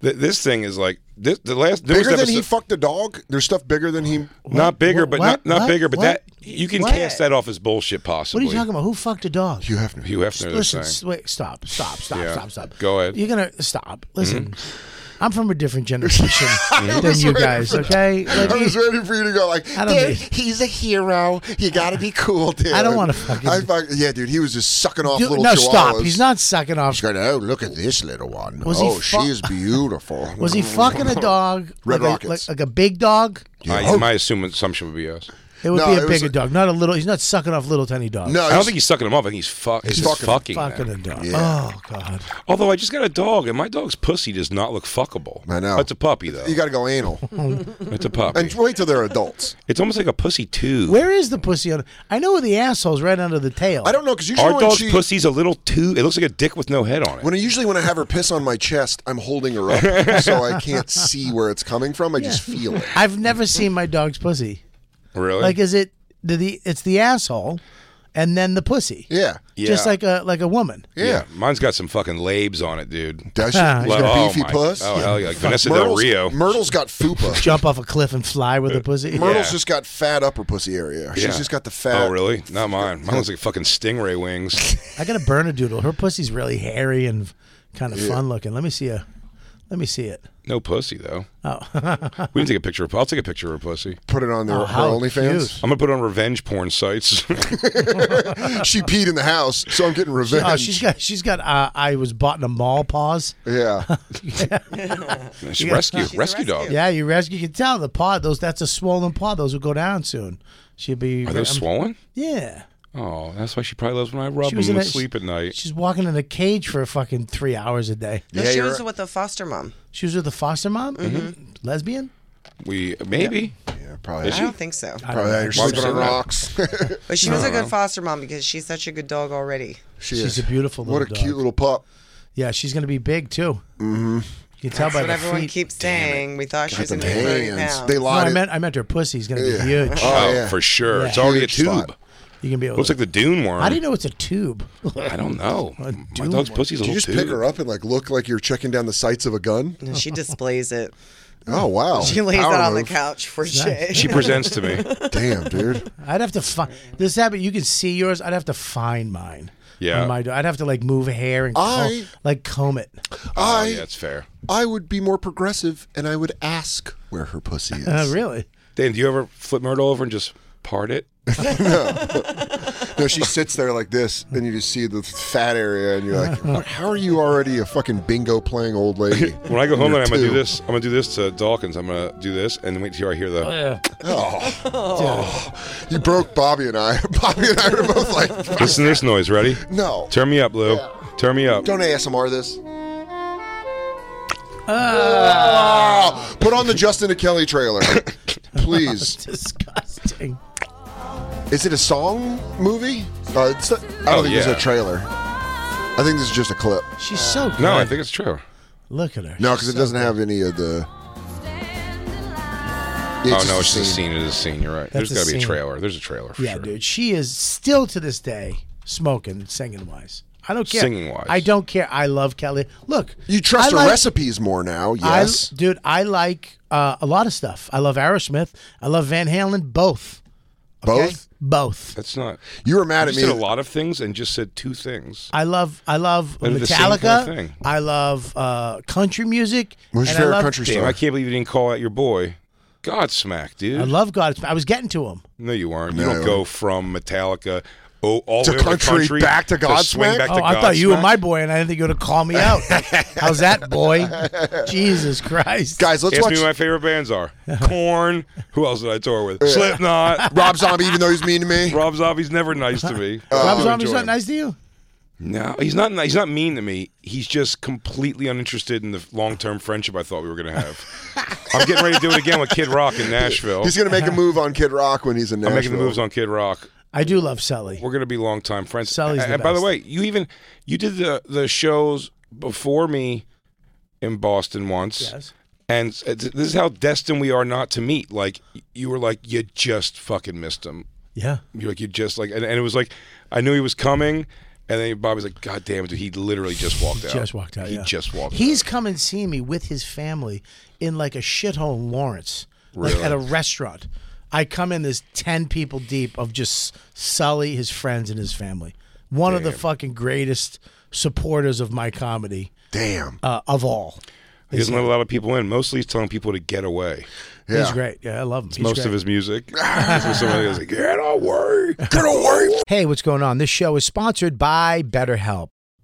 S4: th- this thing is like this, the last newest
S3: bigger than
S4: episode-
S3: he fucked a dog. There's stuff bigger than he.
S4: not bigger,
S6: What?
S4: but not, not
S6: What?
S4: bigger, but
S6: What?
S4: that you can
S6: What?
S4: cast that off as bullshit.
S6: What are
S4: Possibly.
S6: you talking about? Who fucked a dog?
S3: Hugh Hefner.
S4: Hugh Hefner. is
S6: Listen,
S4: saying.
S6: s- wait, stop, stop, stop,
S4: Yeah.
S6: stop, stop.
S4: Go ahead.
S6: You're gonna stop. Listen,
S3: Mm-hmm.
S6: I'm from a different generation than you guys. Okay, Like,
S3: I was ready for you to go like,
S6: I don't
S3: dude,
S6: need-
S3: he's a hero. You gotta be cool, dude.
S6: I don't wanna fucking-
S3: I fuck- yeah, dude, he was just sucking off
S6: you-
S3: little
S6: no,
S3: chihuahuas.
S6: stop. He's not sucking off.
S7: She's going, oh, look at this little one.
S6: Was he
S7: oh,
S6: fu-
S7: she's beautiful.
S6: Was he fucking a dog? like
S3: Red
S6: a,
S3: Rockets.
S6: like, like a big dog?
S4: I,
S3: Oh.
S4: my assume assumption would be yes.
S6: It would
S3: No,
S6: be
S3: it
S6: a
S3: was
S6: bigger
S3: a-
S6: dog, not a little. He's not sucking off little tiny dogs.
S3: No,
S4: I don't
S3: Oh, he's-
S4: think he's sucking them up. I think he's, fuck, he's, just fucking.
S6: fucking a
S4: them.
S6: dog.
S3: Yeah.
S6: Oh god.
S4: Although I just got a dog, and my dog's pussy does not look fuckable.
S3: I know.
S4: It's a puppy though.
S3: you gotta go anal
S4: it's a puppy.
S3: and wait till they're adults.
S4: it's almost like a pussy too.
S6: Where is the pussy? On, I know where the asshole's right under the tail.
S3: I don't know because usually
S4: Our
S3: when
S4: dog's
S3: she,
S4: pussy's a little too. It looks like a dick with no head on it.
S3: when I usually when I have her piss on my chest, I'm holding her up so I can't see where it's coming from. I just feel it.
S6: I've never seen my dog's pussy.
S4: really?
S6: Like, is it the, the it's the asshole, and then the pussy?
S3: Yeah,
S6: Just
S4: Yeah.
S6: like a like a woman.
S3: yeah.
S4: Mine's got some fucking labes on it, dude.
S3: That shit,
S6: Ah,
S3: she's
S4: Like,
S3: got
S4: oh
S3: beefy
S4: my-
S3: puss.
S4: Oh hell yeah, like Vanessa Del
S3: Myrtle's,
S4: Rio.
S3: Myrtle's got fupa.
S6: Jump off a cliff and fly
S4: Uh,
S6: with a pussy.
S3: Myrtle's
S4: Yeah.
S3: just got fat upper pussy area. She's
S4: Yeah.
S3: just got the fat.
S4: Oh really? Not mine. Mine looks like fucking stingray wings.
S6: I got a bernedoodle. Her pussy's really hairy and kind of fun looking. Let me see a. Let me see it.
S4: No pussy though. Oh. we didn't take a picture of. I'll take a picture of her pussy.
S3: Put it on their, her
S6: Oh, how
S3: OnlyFans.
S4: I'm gonna put it on revenge porn sites.
S3: She peed in the house, so I'm getting revenge.
S6: Oh, she's got she's got. Uh, I was bought in a mall paws.
S3: yeah.
S4: It's rescue, rescue dog.
S6: Yeah, you rescue. You can tell the paw. Those that's a swollen paw. Those will go down soon. She'd be.
S4: Are those
S6: I'm-
S4: swollen?
S6: Yeah.
S4: Oh, that's why she probably loves when I rub
S6: She
S4: them
S6: was in
S4: and
S6: a-
S4: sleep at night.
S6: She's walking in a cage for fucking three hours a day.
S8: No,
S7: Yeah,
S8: she
S7: you're
S8: was
S7: right.
S8: with a foster mom.
S6: She was with a foster mom,
S4: Mm-hmm.
S6: Mm-hmm. lesbian.
S4: We maybe.
S6: Oh,
S7: Yeah, probably.
S8: I don't think so.
S7: Probably had her sleeping on
S4: know.
S7: rocks.
S8: But she was a good foster mom because she's such a good dog already.
S3: She
S6: She's
S3: is.
S6: a beautiful
S3: What a
S6: little
S3: cute
S6: dog.
S3: little pup.
S6: Yeah, she's gonna be big too. Mm-hmm. You can tell by
S8: But
S6: the
S8: everyone
S6: feet.
S8: keeps saying we thought she was
S3: Got
S8: going
S3: them
S8: to be 30
S3: hands.
S8: pounds.
S3: They
S6: no, I
S3: lied.
S6: meant I meant her pussy's gonna
S3: Yeah.
S6: be huge.
S3: Oh,
S4: Oh,
S3: yeah.
S4: for sure.
S6: Yeah.
S4: It's already a
S3: Huge
S4: tube.
S3: spot.
S6: You can be able.
S4: Looks
S6: to,
S4: like the Dune worm.
S6: How do you know it's a tube?
S4: I don't know. My
S6: Dune
S4: dog's
S6: worm.
S4: pussy's a
S3: Did you
S4: little
S3: just
S4: tube.
S3: pick her up and like look like you're checking down the sights of a gun?
S8: No, she displays it.
S6: Mm.
S3: Oh wow.
S8: She lays
S3: Power
S8: out on the
S3: move.
S8: couch for Jay.
S4: She presents to me. Oh,
S3: Damn, dude.
S6: I'd have to find this habit. You can see yours. I'd have to find mine.
S4: Yeah.
S6: On my do- I'd have to like move hair and
S3: I-
S6: comb, like comb it.
S4: Oh,
S3: I
S4: yeah, it's fair.
S3: I would be more progressive and I would ask where her pussy is.
S6: Uh, really?
S4: Dan, do you ever flip Myrtle over and just part it?
S3: No, she sits there like this, and you just see the fat area, and you're like, "What- "How are you already a fucking bingo playing old lady?"
S4: When I go home,
S3: You're
S4: then I'm gonna do
S3: two.
S4: this. I'm gonna do this to Dawkins. I'm gonna do this, and then wait till I hear the.
S3: Oh. You broke Bobby and I. Bobby and I were both like,
S4: Listen to this noise. Ready?
S3: "No,
S4: Turn me up, Lou. Turn me up.
S3: don't ASMR this." Ah, put on the Justin and Kelly trailer, please.
S6: Disgusting.
S3: Is it a song movie? Uh, it's not- I don't
S4: Oh,
S3: think there's
S4: yeah.
S3: a trailer. I think this is just a clip.
S6: She's so good.
S4: No, I think it's true.
S6: Look at her.
S3: No, because it doesn't have any of the.
S4: oh no, it's
S3: just
S4: just a scene. It is a scene. You're right.
S6: That's
S4: There's got
S6: a
S4: to be a
S6: scene.
S4: trailer. There's a trailer for
S6: Yeah,
S4: sure.
S6: dude. She is still to this day smoking, singing wise. I don't care.
S4: Singing-wise.
S6: I don't care. I love Kelly. Look,
S3: You trust
S6: I
S3: the
S6: like-
S3: recipes more now,
S6: I-
S3: yes?
S6: dude. I like uh, a lot of stuff. I love Aerosmith. I love Van Halen. Both.
S3: Both?
S6: Okay? Both.
S4: That's not.
S3: You were mad
S4: You
S3: at me.
S4: said a lot of things and just said two things.
S6: I love. I love
S4: They're the same
S6: Metallica.
S4: kind of thing.
S6: I love uh, country music.
S3: What's
S6: and
S3: your
S6: I
S3: favorite
S6: love,
S3: country
S4: Damn,
S3: star?
S4: I can't believe you didn't call out your boy. Godsmack, dude.
S6: I love God. I was getting to him.
S4: no, you weren't. You
S3: No,
S4: don't
S3: I
S4: go from Metallica oh, all
S3: To
S4: the way over
S3: country,
S4: country
S3: back to Godsmack?
S4: swing back
S6: Oh,
S4: to
S6: I thought you were
S4: Godsmack.
S6: my boy, and I didn't think you were gonna call me out. How's that, boy? Jesus Christ,
S3: Guys, let's
S4: Ask
S3: watch
S4: me what my favorite bands are. Corn. Who else did I tour with? Slipknot.
S3: Rob Zombie, even though he's mean to me.
S4: Rob Zombie's never nice to me.
S6: Rob
S3: Oh, I do
S6: Zombie's
S3: enjoy
S6: not
S3: him.
S6: nice to you.
S4: No, he's not. He's not mean to me. He's just completely uninterested in the long-term friendship I thought we were going to have. I'm getting ready to do it again with Kid Rock in Nashville.
S3: He's going to
S6: Uh-huh.
S3: make a move on Kid Rock when he's in Nashville.
S4: I'm making the moves on Kid Rock.
S6: I do love Sully.
S4: We're going to be longtime friends.
S6: Sully's
S4: and
S6: the
S4: and by the
S6: best.
S4: way, you even you did the the shows before me in Boston once.
S6: Yes.
S4: And s- it's- this is how destined we are not to meet. Like you were like you just fucking missed him.
S6: Yeah.
S4: You're like you just like and, and it was like I knew he was coming and then Bobby's like god damn it dude he literally just walked out.
S6: Just walked out.
S4: He
S6: yeah.
S4: just walked
S6: He's
S4: out.
S6: come and seen me with his family in like a shithole in Lawrence, like
S4: Really?
S6: at a restaurant. I come in, there's ten people deep of just Sully, his friends, and his family. One of the fucking greatest supporters of my comedy
S3: Damn.
S6: uh, of all.
S4: He doesn't let a lot of people in. Mostly he's telling people to get away.
S3: Yeah.
S6: He's great. Yeah, I love him. He's
S4: Most
S6: great.
S4: of his music. so somebody goes like, get away, get away.
S6: Hey, what's going on? This show is sponsored by BetterHelp.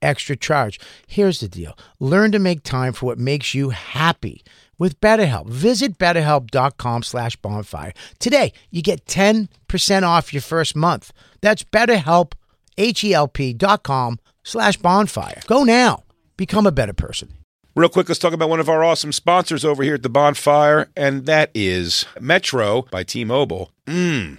S6: extra charge. Here's the deal learn to make time for what makes you happy with BetterHelp. Visit betterhelp.com slash bonfire. Today, you get 10% off your first month. That's betterhelp, H-E-L-P E dot com slash bonfire. Go now. Become a better person.
S4: Real quick, let's talk about one of our awesome sponsors over here at the bonfire, and that is Metro by T Mobile. Mmm.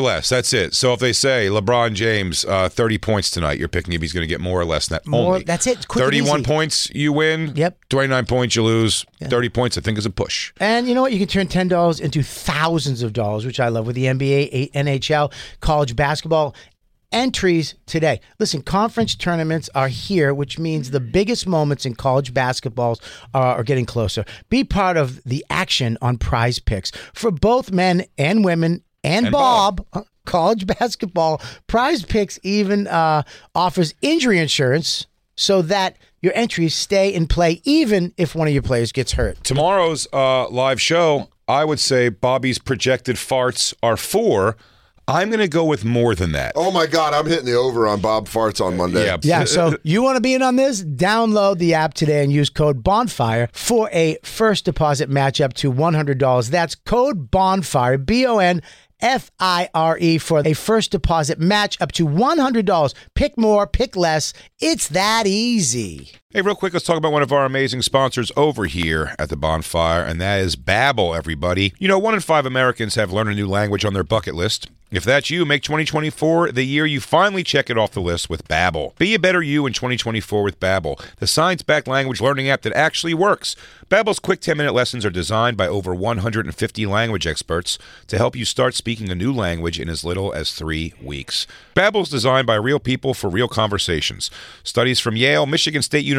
S4: less. That's it. So if they say LeBron James, uh, 30 points tonight, you're picking if he's going to get more or less than that.
S6: More-
S4: only.
S6: that's it. Quick and
S4: 31
S6: easy.
S4: points, you win.
S6: Yep.
S4: 29 points, you lose. 30 points, I think, is a push.
S6: And you know what? You can turn ten dollars into thousands of dollars, which I love with the NBA, A- NHL, college basketball entries today. Listen, conference tournaments are here, which means the biggest moments in college basketballs are, are getting closer. Be part of the action on Prize Picks for both men and women and,
S4: And
S6: Bob.
S4: Bob.
S6: College basketball prize picks even uh, offers injury insurance so that your entries stay in play even if one of your players gets hurt.
S4: Tomorrow's uh, live show, I would say Bobby's projected farts are four. I'm going to go with more than that.
S3: Oh my God, I'm hitting the over on Bob Farts on Monday.
S4: Yeah.
S6: Yeah, so you want to be in on this? Download the app today and use code BONFIRE for a first deposit match up to $100. That's code BONFIRE, B O N F I R E, for a first deposit match up to $100. Pick more, pick less. It's that easy.
S4: Hey, real quick, let's talk about one of our amazing sponsors over here at the bonfire, and that is Babbel, everybody. You know, one in five Americans have learned a new language on their bucket list. If that's you, make 2024 the year you finally check it off the list with Babbel. Be a better you in 2024 with Babbel, the science-backed language learning app that actually works. Babbel's quick 10-minute lessons are designed by over 150 language experts to help you start speaking a new language in as little as 3 weeks. Babbel's designed by real people for real conversations. Studies from Yale, Michigan State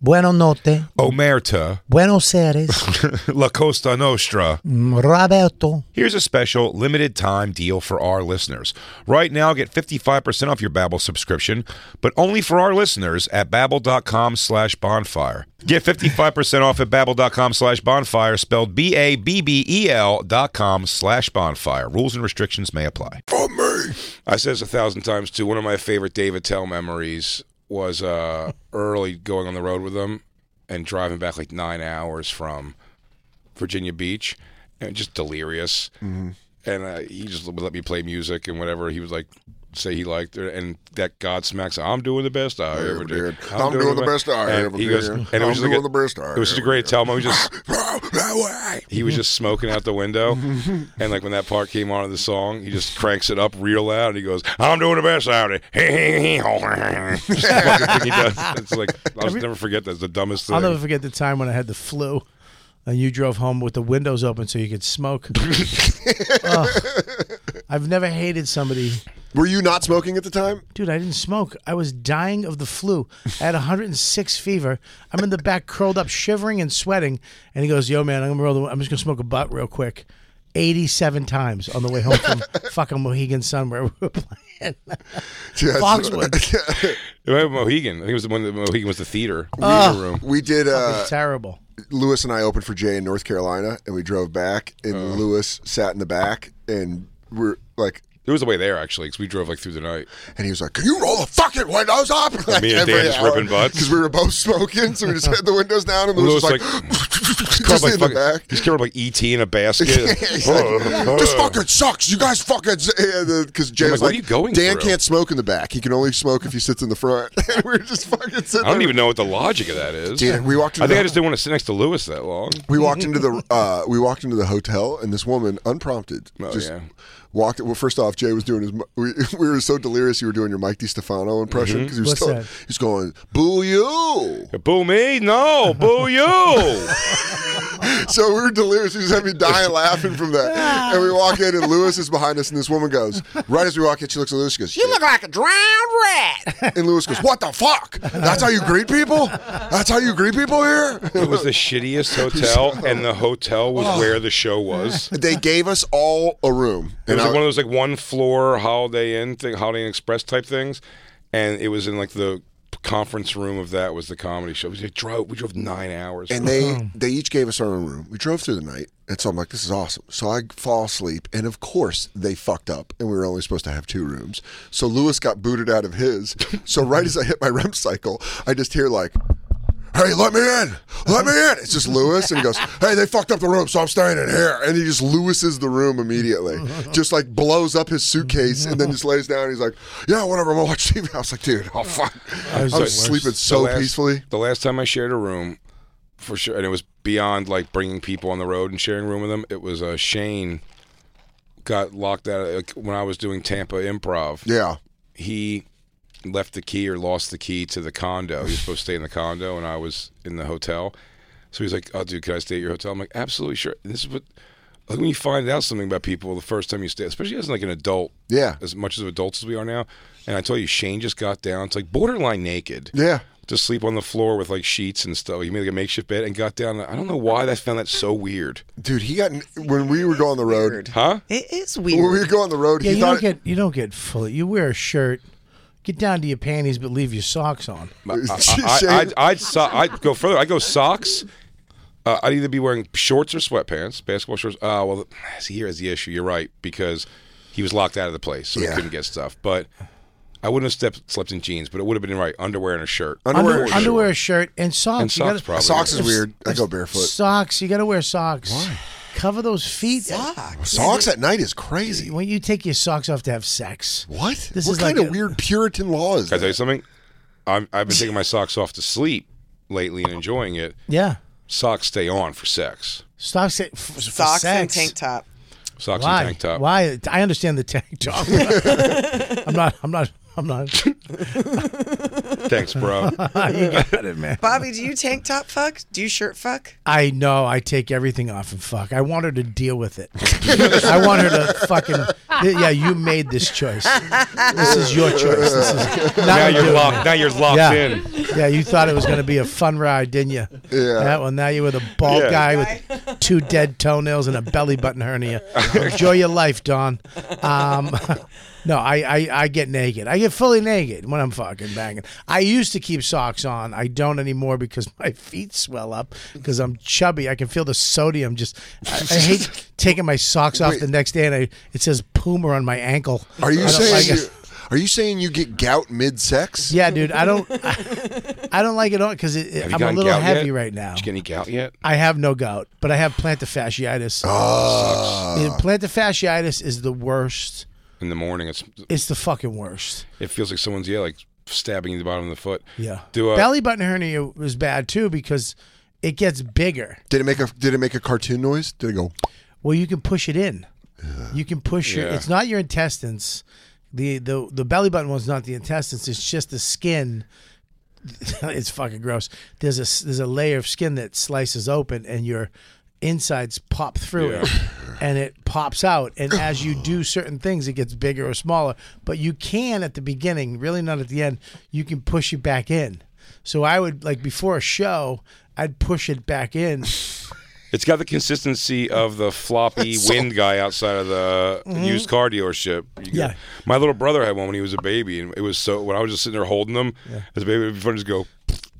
S6: Buono notte.
S4: Omerta,
S6: Buenos Aires.
S4: La Costa Nostra.
S6: Roberto.
S4: Here's a special limited time deal for our listeners. Right now, get 55% off your Babbel subscription, but only for our listeners at babbel.com slash bonfire. Get 55% off at babbel.com slash bonfire, spelled B-A-B-B-E-L E dot com slash bonfire. Rules and restrictions may apply. For me. I said this a thousand times, too. One of my favorite David Tell memories was uh, early going on the road with them and driving back like nine hours from Virginia Beach and just delirious.
S9: Mm-hmm.
S4: And uh, he just would let me play music and whatever he was like say he liked it. And that Godsmack song, I'm doing the best I, ever, did.
S9: did. I'm doing the
S4: my-"
S9: best I
S4: and
S9: ever
S4: he goes,
S9: did.
S4: And it
S9: I'm
S4: was just like
S9: doing
S4: a-
S9: the best I
S4: It was just a
S9: ever
S4: great tell him. I was just
S7: my way.
S4: He was just smoking out the window, and like when that part came on of the song, he just cranks it up real loud, and he goes, "I'm doing the best out of it." Just the fucking thing he does. It's like I'll just never forget. That's the dumbest thing.
S6: I'll never forget the time when I had the flu, and you drove home with the windows open so you could smoke. Ugh. I've never hated somebody,
S3: Were you not smoking at the time?
S6: dude. I didn't smoke. I was dying of the flu. I had 106 fever. I'm in the back, curled up, shivering and sweating. And he goes, "Yo, man, I'm gonna roll. The, I'm just gonna smoke a butt real quick." 87 times on the way home from fucking Mohegan Sun where we were playing Foxwood.
S4: It was Mohegan. I think it was when the Mohegan was the theater, theater room.
S3: We did. Uh,
S6: Terrible.
S3: Lewis and I opened for Jay in North Carolina, and we drove back, and
S4: Uh-huh.
S3: Lewis sat in the back, and we're like,
S4: It was the way there actually, because we drove like through the night.
S3: and he was like, "Can you roll the fucking windows up?" Like
S4: me and Dan just ripping butts.
S3: because we were both smoking, so we just had the windows down, and Lewis,
S4: Lewis
S3: was like, just in the back.
S4: He's covered like ET in a basket.
S3: He's
S4: Oh,
S3: like, this fucking sucks. You guys fucking. Because Jay
S4: I'm
S3: was like,
S4: like, what are you going
S3: Dan
S4: through?"
S3: can't smoke in the back. He can only smoke if he sits in the front. And we were just fucking sitting.
S4: I don't
S3: there.
S4: even know what the logic of that is.
S3: Dude, we walked.
S4: I
S3: Into
S4: think
S3: the,
S4: I just didn't want to sit next to Lewis that long.
S3: We walked into the uh, we walked into the hotel, and this woman, unprompted,
S4: Oh,
S3: just
S4: yeah.
S3: walked. Well, first off, Jay was doing his. mi- We, we were so delirious. You were doing your Mike DiStefano impression because he was
S6: What's
S3: still,
S6: that?
S3: he was going boo you.
S4: Boo me? No, boo you.
S3: so we were delirious. We just had me dying laughing from that. And we walk in, and Lewis is behind us, and this woman goes right as we walk in. She looks at Lewis. She goes, "You look like a drowned rat." And Lewis goes, "What the fuck? That's how you greet people? That's how you greet people here?"
S4: It was the shittiest hotel, and the hotel
S3: Oh.
S4: was where the show was.
S3: They gave us all a room,
S4: It
S3: and
S4: was
S3: I,
S4: like one of those like one floor Holiday Inn thing, Holiday Inn Express type things, and it was in like the conference room of that was the comedy show. We just drove, we drove nine hours.
S3: and they they each gave us our own room. We drove through the night, and so I'm like, "This is awesome." So I fall asleep, and of course they fucked up, and we were only supposed to have two rooms. So Lewis got booted out of his. So right as I hit my REM cycle, I just hear like. Hey, let me in! Let me in! It's just Lewis, and he goes, "Hey, they fucked up the room, so I'm staying in here." And he just Lewises the room immediately, just like blows up his suitcase, and then just lays down. And he's like, "Yeah, whatever, I'm gonna watch TV." I was like, "Dude, oh fuck!" I was,
S6: the worst.
S3: sleeping so
S4: The last-
S3: peacefully.
S4: The last time I shared a room, for sure, and it was beyond like bringing people on the road and sharing a room with them. It was uh, Shane got locked out of, like, when I was doing Tampa Improv.
S3: Yeah,
S4: He left the key or lost the key to the condo. He was supposed to stay in the condo, and I was in the hotel. So he's like, "Oh, dude, can I stay at your hotel?" I'm like, "Absolutely, sure." And this is what like when you find out something about people the first time you stay, especially as like an adult.
S3: Yeah.
S4: as much as adults as we are now. And I tell you, Shane just got down. It's like borderline naked
S3: yeah.
S4: to sleep on the floor with like sheets and stuff. He made like a makeshift bed and got down. I don't know why I found that so weird.
S3: Dude, he got when we were going on the road.
S4: Huh?
S8: It is
S3: When we
S8: weird.
S3: were going on the road,
S6: Yeah,
S3: he
S6: you
S3: thought
S6: don't get you don't get fully. You wear a shirt, get down to your panties, but leave your socks on.
S4: I, I, I'd, I'd, so- I'd go further. I'd go socks. Uh, I'd either be wearing shorts or sweatpants, basketball shorts. Uh, well, see, here is the issue. You're right, because he was locked out of the place, so
S3: Yeah.
S4: he couldn't get stuff. But I wouldn't have stepped, slept in jeans, but it would have been right. Underwear and a shirt.
S3: Underwear
S6: Under,
S3: and a shirt.
S6: underwear, a shirt, and socks.
S4: And
S6: you
S4: socks,
S6: gotta,
S4: probably.
S3: socks is weird. I go barefoot.
S6: Socks. You got to wear socks. Cover those feet.
S3: Socks at night is crazy.
S6: When you take your socks off to have sex.
S3: What?
S6: This
S3: what
S6: is
S3: kind
S6: like
S3: of
S6: a-
S3: weird Puritan law is
S4: Can I tell you
S3: that?
S4: something? I'm, I've been taking my socks off to sleep lately and enjoying it.
S6: Yeah.
S4: Socks stay on for sex.
S6: Socks. At, f- for
S8: Socks and
S6: sex.
S8: tank top.
S4: Socks
S6: Why?
S4: and tank top.
S6: Why? I understand the tank top. I'm not. I'm not. I'm not.
S4: Thanks, bro.
S6: you got it, man.
S8: Bobby, do you tank top fuck? Do you shirt fuck?
S6: I know. I take everything off and fuck. I want her to deal with it. I want her to fucking. Yeah, you made this choice. This is your choice. This is not
S4: now
S6: me
S4: you're
S6: doing it.
S4: locked. Now you're locked
S6: yeah.
S4: in.
S6: Yeah, you thought it was going to be a fun ride, didn't you?
S3: Yeah.
S6: That one. Now you're with a bald
S4: Yeah.
S6: guy with two dead toenails and a belly button hernia. Enjoy your life, Don. Um, no, I, I, I get naked. I get fully naked when I'm fucking banging. I used to keep socks on. I don't anymore because my feet swell up because I'm chubby. I can feel the sodium. Just I, I hate taking my socks off
S3: Wait.
S6: the next day and I, it says Puma on my ankle.
S3: Are
S6: I
S3: you
S6: don't
S3: saying
S6: like it.
S3: you, are you saying you get gout mid sex?
S6: Yeah, dude, I don't, I, I don't like it all because
S4: Have you
S6: I'm a
S4: gotten
S6: little
S4: gout
S6: heavy
S4: yet?
S6: right now.
S4: Did you get any gout yet?
S6: I have no gout, but I have plantar fasciitis.
S4: Ah.
S6: Yeah, plantar fasciitis is the worst.
S4: In the morning, it's
S6: It's the fucking worst.
S4: it feels like someone's yeah, like stabbing you in the bottom of the foot.
S6: Yeah.
S4: Do uh,
S6: Belly button hernia was bad too because it gets bigger.
S3: Did it make a Did it make a cartoon noise? Did it go?
S6: Well, you can push it in. You can push your. It's not your intestines. The, the the belly button one's not the intestines. It's just the skin. it's fucking gross. There's a s- there's a layer of skin that slices open, and your insides pop through it, and it pops out. And as you do certain things, it gets bigger or smaller. But you can at the beginning, really not at the end. You can push it back in. So I would like before a show, I'd push it back in.
S4: It's got the consistency of the floppy wind guy outside of the used car dealership. You go-
S6: Mm-hmm. Yeah.
S4: My little brother had one when he was a baby, and it was so when I was just sitting there holding him as a baby, it would be fun to just go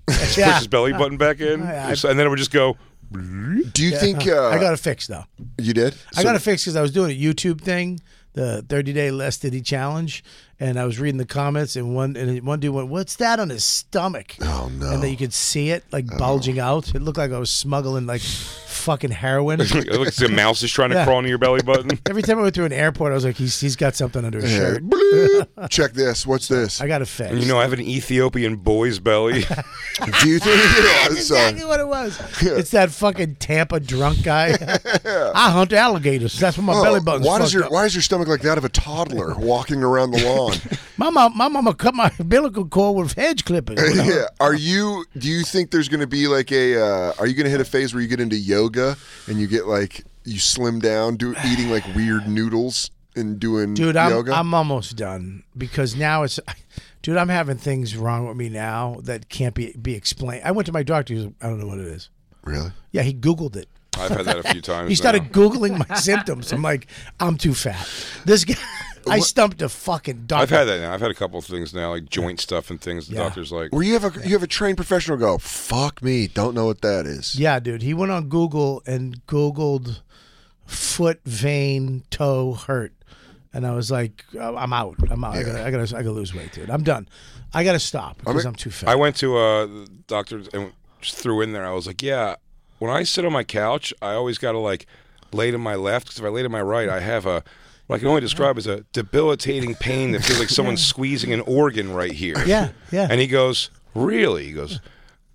S4: just push his belly button back
S6: Oh,
S4: in, and then it would just go.
S3: Do you think uh,
S6: I got it fixed though.
S3: you did?
S6: I got it fixed because I was doing a YouTube thing, the 30 day less diddy challenge, and I was reading the comments, and one and one dude went, "What's that on his stomach?" Oh no! And then you could see it like bulging out. It looked like I was smuggling like fucking heroin.
S4: It looks like a mouse is trying to
S6: Yeah.
S4: crawl into your belly button.
S6: Every time I went through an airport, I was like, "He's he's got something under his shirt."
S3: Bloop. Check this. What's this?
S6: I got it fixed.
S4: You know, I have an Ethiopian boy's belly.
S3: Do you think? Yeah,
S6: That's
S3: so-
S6: exactly what it was. It's that fucking Tampa drunk guy. I hunt alligators. That's what my
S3: Oh,
S6: belly button's
S3: why does
S6: fucked
S3: your
S6: up.
S3: Why is your stomach like that of a toddler walking around the lawn?
S6: My mom, my mama cut my umbilical cord with hedge clippers. you know?
S3: yeah. Are you? Do you think there's going to be like a? Uh, are you going to hit a phase where you get into yoga and you get like you slim down, do eating like weird noodles and doing
S6: dude I'm,
S3: yoga?
S6: I'm almost done because now it's dude i'm having things wrong with me now that can't be be explained i went to my doctor he was, i don't know what it is
S3: really?
S6: yeah he googled it
S4: I've had that a few times.
S6: he started
S4: now.
S6: googling my symptoms i'm like i'm too fat this guy i stumped a fucking doctor
S4: I've had that now. I've had a couple of things now, like joint stuff and things. The
S6: Yeah.
S4: doctor's like,
S3: Where you have a you have a trained professional go? Fuck me, don't know what that is.
S6: yeah dude he went on google and googled foot vein toe hurt and i was like oh, i'm out i'm out I, gotta, I gotta i gotta lose weight dude i'm done i gotta stop because i'm too fat
S4: I went to a doctor and just threw in there. I was like, yeah, when I sit on my couch, I always got to like lay to my left because if I lay to my right, I have a what I can only describe as a debilitating pain that feels like someone's squeezing an organ right here.
S6: Yeah, yeah.
S4: And he goes, really? He goes.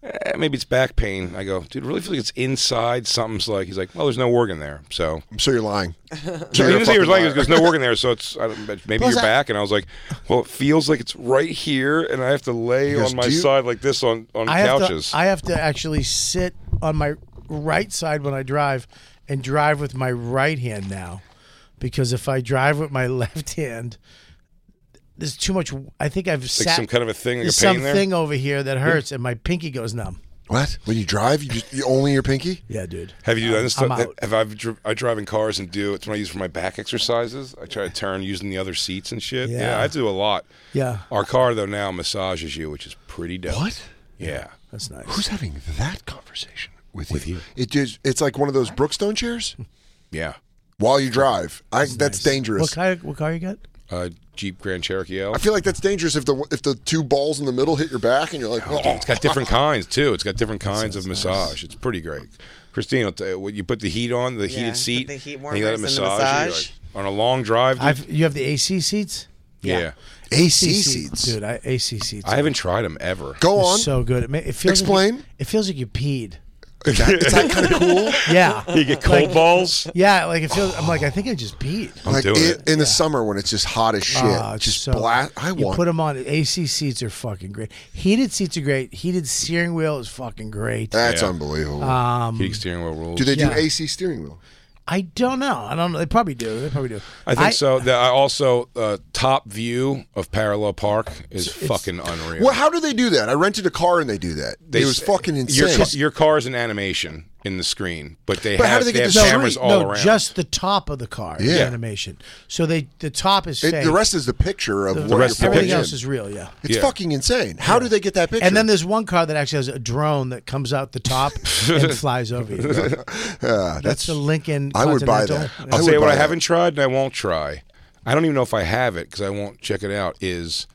S4: "Eh, maybe it's back pain. I go, dude. it Really feel like it's inside. Something's like he's like, well, there's no organ there. So
S3: So you're lying.
S4: So he
S3: You're a
S4: didn't say he
S3: fucking
S4: was lying. He
S3: liar.
S4: goes, "There's no work in there, so it's I don't, maybe
S6: Plus
S4: your
S6: I-
S4: back." And I was like, "Well, it feels like it's right here, and I have to lay
S3: goes,
S4: on my
S3: "Do you-"
S4: side like this on on
S6: I have
S4: couches."
S6: To, I have to actually sit on my right side when I drive and drive with my right hand now because if I drive with my left hand, there's too much. I think I've
S4: like
S6: sat.
S4: some kind of a thing, like a
S6: there's
S4: pain there.
S6: something over here that hurts, and my pinky goes numb.
S3: What? When you drive, you, just, you only your pinky?
S6: Yeah, dude.
S4: Have you done this
S6: I'm
S4: stuff?
S6: out.
S4: Have I've dri- I drive in cars and do it's when I use for my back exercises. I try to turn using the other seats and shit. Yeah,
S6: Yeah.
S4: I have to do a lot.
S6: Yeah.
S4: Our car though now massages you, which is pretty dope.
S3: What?
S4: Yeah.
S6: That's nice.
S3: Who's having that conversation with, with you? It is. It's like one of those Brookstone chairs
S4: Yeah.
S3: while you drive. I that's dangerous.
S6: What car? What car you got?
S4: Uh, Jeep Grand Cherokee L.
S3: I feel like that's dangerous if the if the two balls in the middle hit your back and you're like, oh,
S4: It's got different kinds too. It's got different kinds of massage. It's pretty great. Christine, I'll tell you, when you put the heat on the
S8: Yeah,
S4: heated
S8: put
S4: seat,
S8: the heat
S4: and you let it
S8: warmers and the
S4: massage. you,
S8: massage.
S4: you're like, on a long drive, dude,
S6: I've, you have the AC seats.
S4: yeah.
S3: AC
S6: seats, dude. I, AC seats.
S4: I haven't tried them ever.
S3: Go
S6: They're
S3: on.
S6: So good. It, ma- it feels Like
S3: Explain.
S6: you, it feels like you peed.
S3: Is that- is that kind of cool?
S6: Yeah.
S4: You get cold balls.
S6: Yeah. Like it feels. I'm like I think I just peed.
S4: I'm
S3: like
S4: doing
S3: in,
S4: it.
S3: in the summer when it's just hot as shit,
S6: Ah, it's
S3: just
S6: so-
S3: blast. I
S6: you
S3: want.
S6: put them on. AC seats are fucking great. Heated seats are great. Heated steering wheel is fucking great.
S3: that's
S4: Yeah.
S3: unbelievable.
S6: um,
S4: Heat steering wheel rules.
S3: do they
S6: Ah, yeah.
S3: do AC steering wheel?
S6: I don't know. I don't know. They probably do. They probably do.
S4: I think so. The, I also uh, top view of Parallel Park is fucking unreal.
S3: Well, how do they do that? I rented a car and they do that.
S4: They
S3: it was
S4: s-
S3: fucking
S4: Your,
S3: insane.
S4: ca- your car's an animation in the screen, but they
S3: But
S4: have,
S3: how do they get
S4: have
S3: the screen?
S4: cameras all
S6: no,
S4: around.
S6: just the top of the car is
S3: Yeah.
S6: animation. So they the top is
S3: It-
S6: fake.
S3: the rest is the picture of what
S4: the rest
S3: you're
S4: of the
S6: everything
S3: putting
S6: else
S3: in.
S6: is real. Yeah.
S3: It's
S4: Yeah.
S3: fucking insane. How do they get that picture?
S6: And then there's one car that actually has a drone that comes out the top and flies over you. That's,
S3: uh, that's
S6: the Lincoln.
S3: I would buy that.
S6: Continental.
S4: I'll
S3: I
S4: tell you
S3: would
S4: what
S3: buy
S4: I
S3: that.
S4: haven't tried and I won't try. I don't even know if I have it because I won't check it out. Is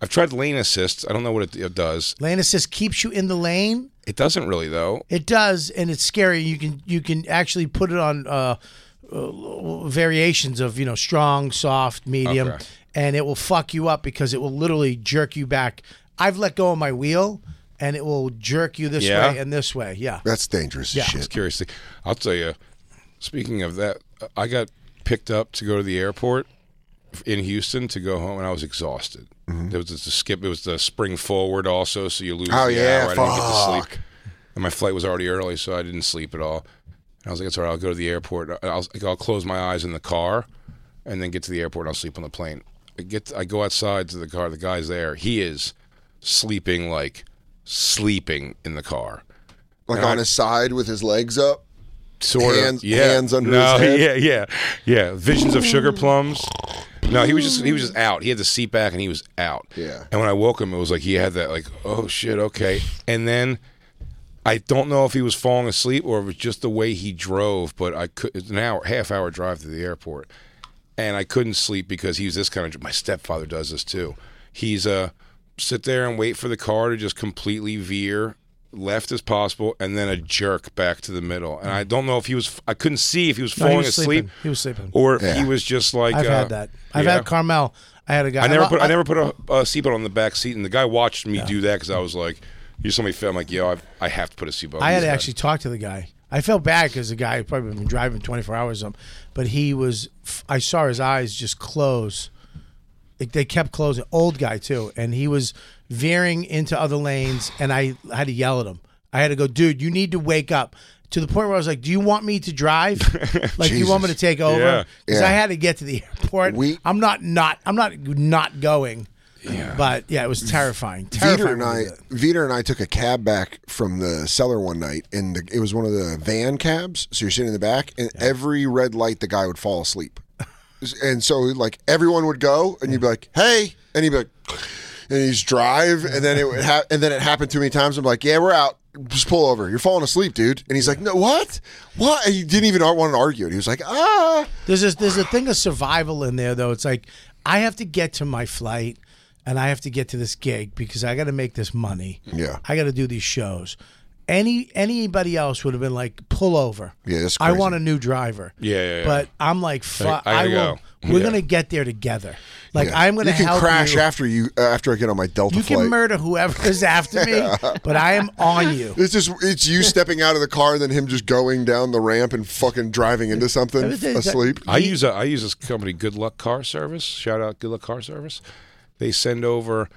S4: I've tried lane assist. I don't know what it, it does.
S6: Lane assist keeps you in the lane.
S4: It doesn't really though.
S6: It does, and it's scary. You can you can actually put it on uh, uh, variations of you know strong, soft, medium,
S4: Okay.
S6: and it will fuck you up because it will literally jerk you back. I've let go of my wheel and it will jerk you this
S4: Yeah?
S6: way and this way. Yeah.
S3: That's dangerous as shit.
S4: Curious thing. I'll tell you. Speaking of that, I got picked up to go to the airport in Houston to go home, and I was exhausted. There was just a skip. It was the spring forward also, so you lose.
S3: Mm-hmm. Oh,
S4: the
S3: yeah,
S4: hour. I didn't get to
S3: fuck.
S4: sleep, and my flight was already early, so I didn't sleep at all. And I was like, "It's all right. I'll go to the airport. I- I'll, I'll close my eyes in the car, and then get to the airport. and I'll sleep on the plane." I get. I go outside to the car. The guy's there. He is sleeping like sleeping in the car.
S3: Like
S4: And I-
S3: on his side with his legs up.
S4: sort
S3: Hands-
S4: of yeah.
S3: hands under
S4: no,
S3: his head?
S4: Yeah, yeah, yeah. Visions of sugar plums. No, he was just he was just out. He had the seat back and he was out.
S3: Yeah.
S4: And when I woke him, it was like he had that like oh shit okay. And then I don't know if he was falling asleep or if it was just the way he drove. But I could it's an hour half hour drive to the airport, and I couldn't sleep because he was this kind of. My stepfather does this too. He's uh sit there and wait for the car to just completely veer left as possible and then a jerk back to the middle and i don't know if he was i couldn't see if he was
S6: No, he
S4: falling
S6: was
S4: asleep
S6: sleeping. He was sleeping.
S4: or if he was just like
S6: I've
S4: uh,
S6: had that. I've
S4: yeah.
S6: had Carmel. I had a guy.
S4: I never
S6: lo-
S4: put I, never put a, a seatbelt on the back seat, and the guy watched me do that because I was like, "You somebody felt like, yo, I've, I have to put a seatbelt." on
S6: I had
S4: this
S6: to
S4: guy.
S6: actually talk to the guy. I felt bad because the guy had probably been driving 24 hours, um, but he was. f- I saw his eyes just close. Like, They kept closing. Old guy too, and he was veering into other lanes, and I had to yell at him. I had to go, dude, you need to wake up. To the point where I was like, "Do you want me to drive? Like, do you want me to take
S4: Yeah.
S6: over?" Because I
S3: Yeah.
S6: had to get to the airport.
S3: We-
S6: I'm not not I'm not not going. Yeah. But yeah, it was terrifying.
S3: Viter
S6: Terrifying.
S3: and I, Viter and I took a cab back from the cellar one night, and the, it was one of the van cabs. So you're sitting in the back, and every red light, the guy would fall asleep, and so like everyone would go, and you'd be like, "Hey," and he'd be like, and he'd just drive, and then it would ha- and then it happened too many times. I'm like, "Yeah, we're out." Just pull over. You're falling asleep, dude. And he's like, "No, what? What?" And he didn't even want to argue it. He was like, "Ah."
S6: There's this, there's a thing of survival in there though. It's like I have to get to my flight and I have to get to this gig because I got to make this money.
S3: Yeah.
S6: I got to do these shows. Any anybody else would have been like pull over.
S3: Yeah, that's
S6: I
S3: crazy.
S6: want a new driver.
S4: Yeah, yeah, yeah.
S6: But I'm like fuck.
S4: I
S6: I,
S4: gotta
S6: will.
S4: go.
S6: We're
S4: Yeah.
S6: gonna get there together. Like
S3: Yeah.
S6: I'm gonna
S3: You can
S6: help
S3: crash
S6: you.
S3: after you uh, after I get on my Delta
S6: you
S3: flight.
S6: can murder whoever is after me, but I am on you.
S3: It's just it's you stepping out of the car and then him just going down the ramp and fucking driving into something
S6: I was saying that-
S3: asleep.
S4: I use a I use this company, Good Luck Car Service. Shout out Good Luck Car Service. They send over,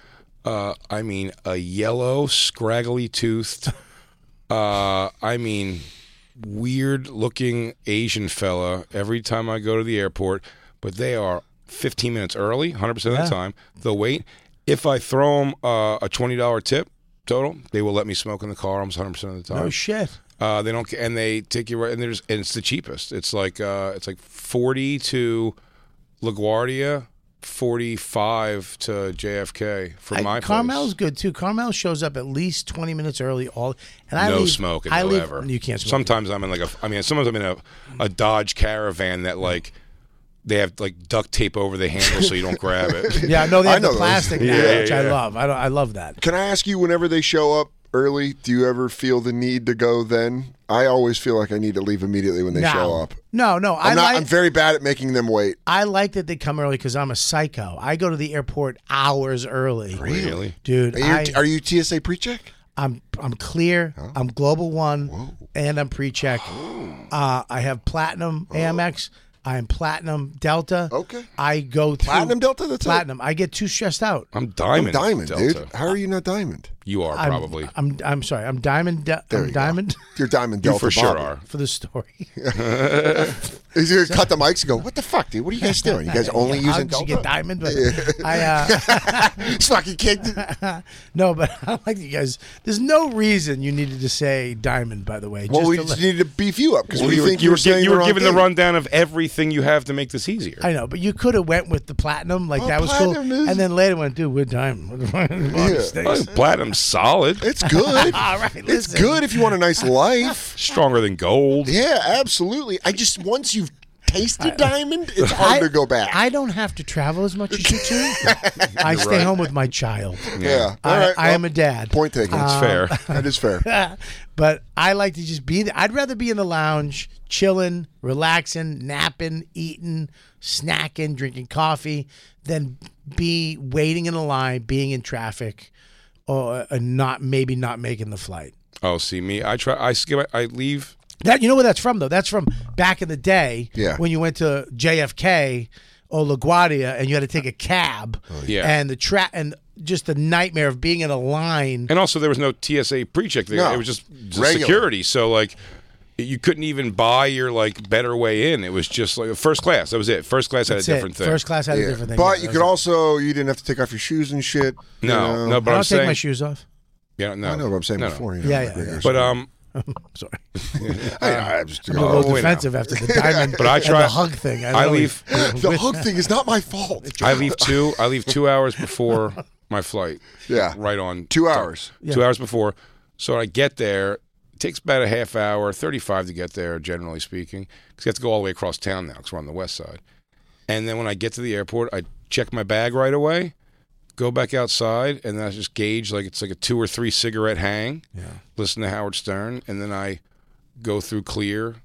S4: uh, I mean, a yellow, scraggly toothed, uh, I mean, weird looking Asian fella every time I go to the airport. But they are 15 minutes early, 100 percent of the time. They'll wait. If I throw them uh, a twenty dollar tip total, they will let me smoke in the car almost 100 percent of the time.
S6: Oh shit.
S4: Uh, they don't, ca- and they take you right, and there's, and it's the cheapest. It's like, uh, it's like forty to LaGuardia, forty-five to JFK for
S6: I-
S4: my
S6: Carmel's
S4: place.
S6: good too. Carmel shows up at least twenty minutes early. All and I
S4: no
S6: leave,
S4: smoking,
S6: I leave,
S4: whatever.
S6: You can't smoke.
S4: Sometimes I'm in like a, I mean, sometimes I'm in a, a Dodge Caravan that like, they have like duct tape over the handle so you don't grab it.
S6: Yeah, no, they
S3: I
S6: have
S3: know
S6: the
S3: those.
S6: plastic now,
S4: Yeah,
S6: which I
S4: yeah.
S6: love. I, don't, I love that.
S3: Can I ask you whenever they show up early, do you ever feel the need to go then? I always feel like I need to leave immediately when they
S6: no.
S3: show up.
S6: No, no, I
S3: I'm not
S6: like
S3: I'm very bad at making them wait.
S6: I like that they come early because I'm a psycho. I go to the airport hours early.
S4: Really?
S6: Dude,
S3: Are you,
S6: I,
S3: are you TSA pre-check?
S6: I'm I'm clear. I'm Global One, and I'm pre-check.
S3: Oh.
S6: Uh, I have Platinum Amex. I am Platinum Delta.
S3: Okay.
S6: I go through
S3: Platinum Delta, that's it?
S6: Platinum. I get too stressed out.
S4: I'm
S3: I'm
S4: diamond.
S3: diamond,
S4: Delta.
S3: dude. How are you not diamond?
S4: You are
S6: I'm-
S4: probably.
S6: I'm I'm, sorry. I'm Diamond. De-
S3: There
S6: I'm
S3: you go.
S6: Diamond
S3: You're diamond
S4: you
S3: Delta.
S4: for sure
S3: Bobby.
S4: are.
S6: for the story.
S3: He's gonna cut the mics and go, What the fuck, dude? What are you guys doing? You guys only
S6: How
S3: using
S6: did you get
S3: Delta?
S6: Diamond? But I. Uh,
S3: This fucking kid.
S6: No, but I like you guys. There's no reason you needed to say diamond, by the way.
S3: Well,
S6: just
S3: we
S6: to
S3: just
S6: let-
S3: needed to beef you up because
S4: Well,
S3: we
S4: you were,
S3: think
S4: you were, gi-
S3: saying
S4: you were
S3: wrong
S4: giving the
S3: thing.
S4: rundown of everything you have to make this easier.
S6: I know, but you could have went with the platinum, like
S3: Oh,
S6: that was cool.
S3: platinum is-
S6: And then later went, dude, we're diamond. What the fuck? Body
S4: Oh,
S6: stinks.
S4: platinum's solid.
S3: It's good.
S6: All right,
S3: it's
S6: listen.
S3: good if you want a nice life.
S4: stronger than gold.
S3: Yeah, absolutely. I just once you've tasted diamond, it's hard to go back.
S6: I don't have to travel as much as you two. I stay
S4: right.
S6: home with my child.
S3: yeah, all
S6: I,
S3: right.
S6: I am
S3: well,
S6: a dad.
S3: point taken.
S4: That's
S6: Uh,
S4: fair.
S3: that is fair.
S6: but I like to just be there. I'd rather be in the lounge, chilling, relaxing, napping, eating, snacking, drinking coffee, than be waiting in a line, being in traffic, or uh, not maybe not making the flight.
S4: Oh, see me. I try. I skip. I leave.
S6: That you know where that's from though. That's from back in the day
S3: Yeah.
S6: when you went to JFK or LaGuardia and you had to take a cab.
S4: Oh, yeah.
S6: And the trap and just the nightmare of being in a line.
S4: And also, there was no TSA pre-check. Thing.
S3: No.
S4: It was just s-
S3: Regular.
S4: security. So like, you couldn't even buy your like better way in. It was just like first class. That was it. First class
S6: That's it.
S4: had a different thing.
S6: First class had a
S3: Yeah.
S6: different thing.
S3: But
S6: Yeah,
S3: you
S6: that
S3: could
S6: was it.
S3: also you didn't have to take off your shoes and shit.
S4: no,
S3: you know?
S4: no. But
S6: I
S4: am
S6: don't take
S4: saying,
S6: my shoes off.
S4: yeah, no,
S3: I know what I'm saying
S4: No, no.
S3: before. You know,
S6: Yeah,
S3: like
S6: yeah,
S3: bigger
S6: yeah.
S3: shit.
S4: But um,
S6: Sorry.
S3: I,
S4: uh,
S3: I, I'm just uh,
S6: I'm a little
S4: Oh, wait now.
S6: defensive after the diamond
S4: But I
S6: and
S4: try-
S6: the hug thing.
S4: I
S6: really-
S4: leave-
S3: the hook thing is not my fault.
S4: I leave two. I leave two hours before my flight.
S3: Yeah.
S4: right on
S3: Two hours.
S4: Two hours before. So I get there. It takes about a half hour, thirty-five to get there, generally speaking, because you have to go all the way across town now, because we're on the west side. And then when I get to the airport, I check my bag right away, go back outside, and then I just gauge like it's like a two or three cigarette hang. Yeah. Listen to Howard Stern, and then I go through clear.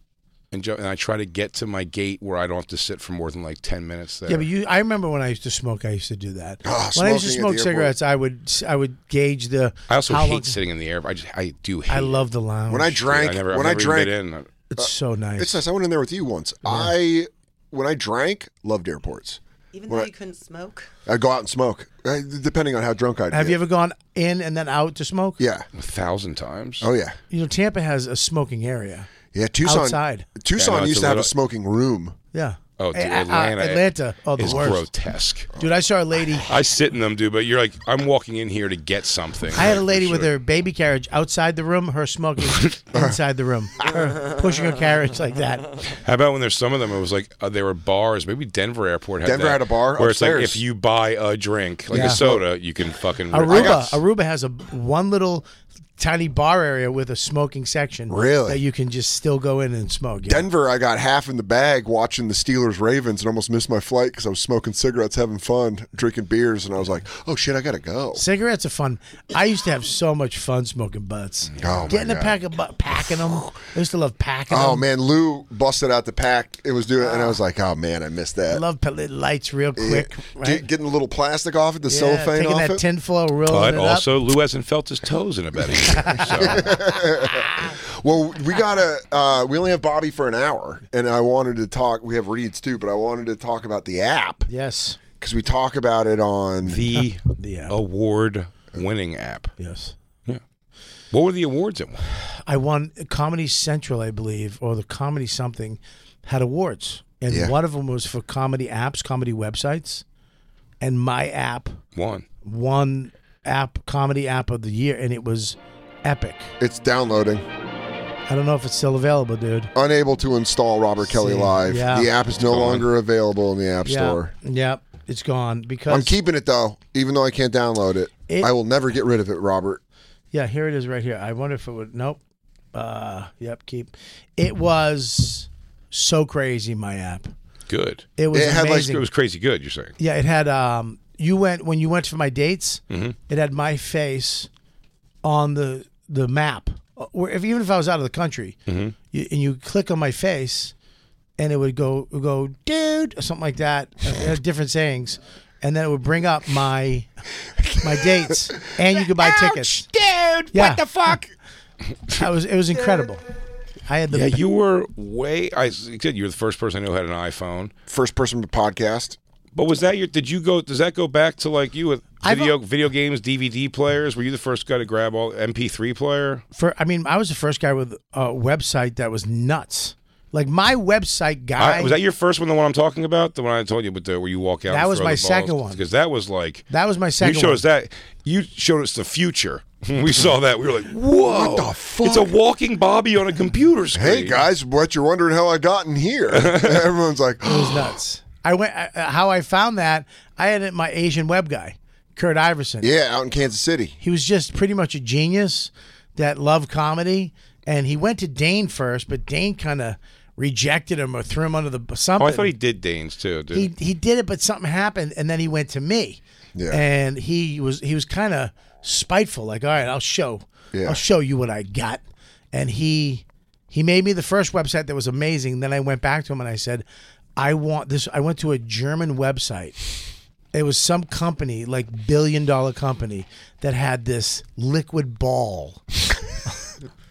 S4: And, ju- and I try to get to my gate where I don't have to sit for more than like ten minutes there.
S6: Yeah, but you. I remember when I used to smoke. I used to do that.
S3: Ah,
S6: when I used to smoke
S3: smoking at the
S6: cigarettes, I would. I would gauge the.
S4: I also
S6: how
S4: hate
S6: long-
S4: sitting in the air. I just I do hate.
S6: I
S4: it.
S6: love the lounge.
S3: When I
S4: Dude,
S3: drank,
S4: Oh, I uh, never, I've
S3: when I
S4: never even
S3: drank,
S4: been in.
S6: it's so nice.
S3: it's nice. I went in there with you once. I when I drank, loved airports.
S8: Even
S3: When
S8: though
S3: I-
S8: you couldn't smoke.
S3: I'd go out and smoke, uh, depending on how drunk I'd
S6: Have
S3: get.
S6: you ever gone in and then out to smoke?
S3: Yeah.
S4: a thousand times.
S3: Oh yeah.
S6: You know, Tampa has a smoking area.
S3: Yeah. Tucson.
S6: Outside.
S3: Tucson
S4: Yeah, no, it's
S3: used
S4: a
S3: to have a
S4: little-
S3: smoking room.
S6: Yeah.
S4: Oh, dude,
S6: A- a- a-
S4: Atlanta,
S6: Atlanta. Oh, the
S4: is
S6: worst.
S4: grotesque.
S6: Dude, I saw a lady.
S4: I sit in them, dude. But you're like, I'm walking in here to get something.
S6: I had a lady with her baby carriage outside the room, her smoking inside the room, her pushing her carriage like that.
S4: How about when there's some of them? It was like uh, there were bars. Maybe Denver Airport had
S3: Denver
S4: that,
S3: had a bar
S4: where it's
S3: upstairs.
S4: like if you buy a drink, like
S6: Yeah.
S4: a soda, you can fucking.
S6: Aruba,
S4: got-
S6: Aruba has a one little tiny bar area with a smoking section.
S3: Really?
S6: that you can just still go in and smoke. Yeah.
S3: Denver, I got half in the bag watching the Steelers Ravens and almost missed my flight because I was smoking cigarettes, having fun, drinking beers, and I was like, "Oh shit, I gotta go."
S6: Cigarettes are fun. I used to have so much fun smoking butts.
S3: Oh, my
S6: Getting a
S3: God.
S6: pack of butt, packing them. I used to love packing
S3: Oh
S6: them.
S3: man, Lou busted out the pack. It was doing, and I was like, "Oh man, I missed
S6: I
S3: that."
S6: Ah. love pellet lights real
S3: Yeah.
S6: quick. Right?
S3: Get- getting a little plastic off it, the
S6: Yeah,
S3: cellophane
S6: taking
S3: off
S6: that
S3: it.
S6: tinfoil, rolling
S4: But
S6: it
S4: also, Lou hasn't felt his toes in about a year. So.
S3: Well, we gotta. Uh, we only have Bobby for an hour, and I wanted to talk. We have reads too, but I wanted to talk about the
S6: up.
S3: app
S6: Yes,
S3: because we talk about it on.
S4: the
S6: app.
S4: Oh. award-winning app.
S6: yes.
S4: What were the awards it won?
S6: I won Comedy Central, I believe, or the Comedy something, had awards, and
S3: Yeah.
S6: one of them was for comedy apps, comedy websites, and my app
S4: One.
S6: won app comedy app of the year, and it was epic.
S3: It's downloading.
S6: I don't know if it's still available, dude.
S3: Unable to install Robert Kelly
S6: See,
S3: Live.
S6: yeah.
S3: The app is no longer available in the App Store.
S6: Yeah, yeah, it's gone because
S3: I'm keeping it though, even though I can't download it.
S6: It-
S3: I will never get rid of it, Robert.
S6: Yeah, here it is right here. I wonder if it would. Nope. Uh, yep. Keep. It was so crazy. My app.
S4: Good.
S6: It was
S3: It had, like,
S6: amazing.
S4: It was crazy good. You're saying.
S6: yeah, it had. Um, you went when you went for my dates.
S4: Mm-hmm.
S6: It had my face on the the map. Uh, Where if even if I was out of the country,
S4: Mm-hmm.
S6: you, and you click on my face, and it would go it would go dude or something like that. it had different sayings, and then it would bring up my my dates, and you could buy tickets.
S4: dude.
S6: Yeah. the fuck? I was. It was incredible. I had the.
S4: Yeah, you were way. I said you were the first person I knew who had an iPhone.
S3: First person podcast.
S4: But was that your? Did you go? Does that go back to like you with
S6: I've-
S4: video video games, DVD players? Were you the first guy to grab all MP3 player?
S6: for, I mean, I was the first guy with a website that was nuts. Like my website guy.
S4: I, was that your first one? The one I'm talking about, the one I told you, but the, where you walk out.
S6: That was my second one.
S4: because that was like
S6: That was my second
S4: You showed
S6: one.
S4: us that. You showed us the future. we saw that. We were like, whoa,
S3: What the fuck?
S4: It's a walking Bobby on a computer screen.
S3: Hey guys, what you're wondering how I got in here? Everyone's like, "Oh,
S6: It was nuts. I went. I, how I found that? I had my Asian web guy, Kurt Iverson.
S3: yeah, out in Kansas City.
S6: He was just pretty much a genius that loved comedy, and he went to Dane first, but Dane kind of rejected him or threw him under the b- something.
S4: Oh, I thought he did Danes too. Dude.
S6: he he did it, but something happened, and then he went to me.
S3: Yeah.
S6: And he was he was kind of spiteful, like, all right, I'll show,
S3: Yeah.
S6: I'll show you what I got. And he he made me the first website that was amazing. Then I went back to him and I said, I want this. I went to a German website It was some company, like billion dollar company, that had this liquid ball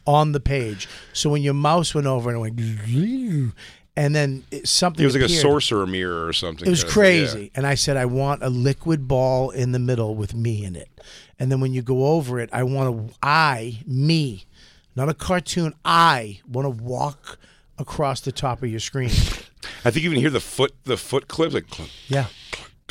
S6: on the page. So when your mouse went over and it went, and then it, something
S4: It was like a
S6: appeared.
S4: sorcerer mirror or something.
S6: It was
S4: kinda-
S6: crazy. And I said, I want a liquid ball in the middle with me in it. And then when you go over it, I want to, I, me, not a cartoon, I want to walk across the top of your screen.
S4: yeah. I think you even hear the foot the foot clips like clunk.
S6: Yeah.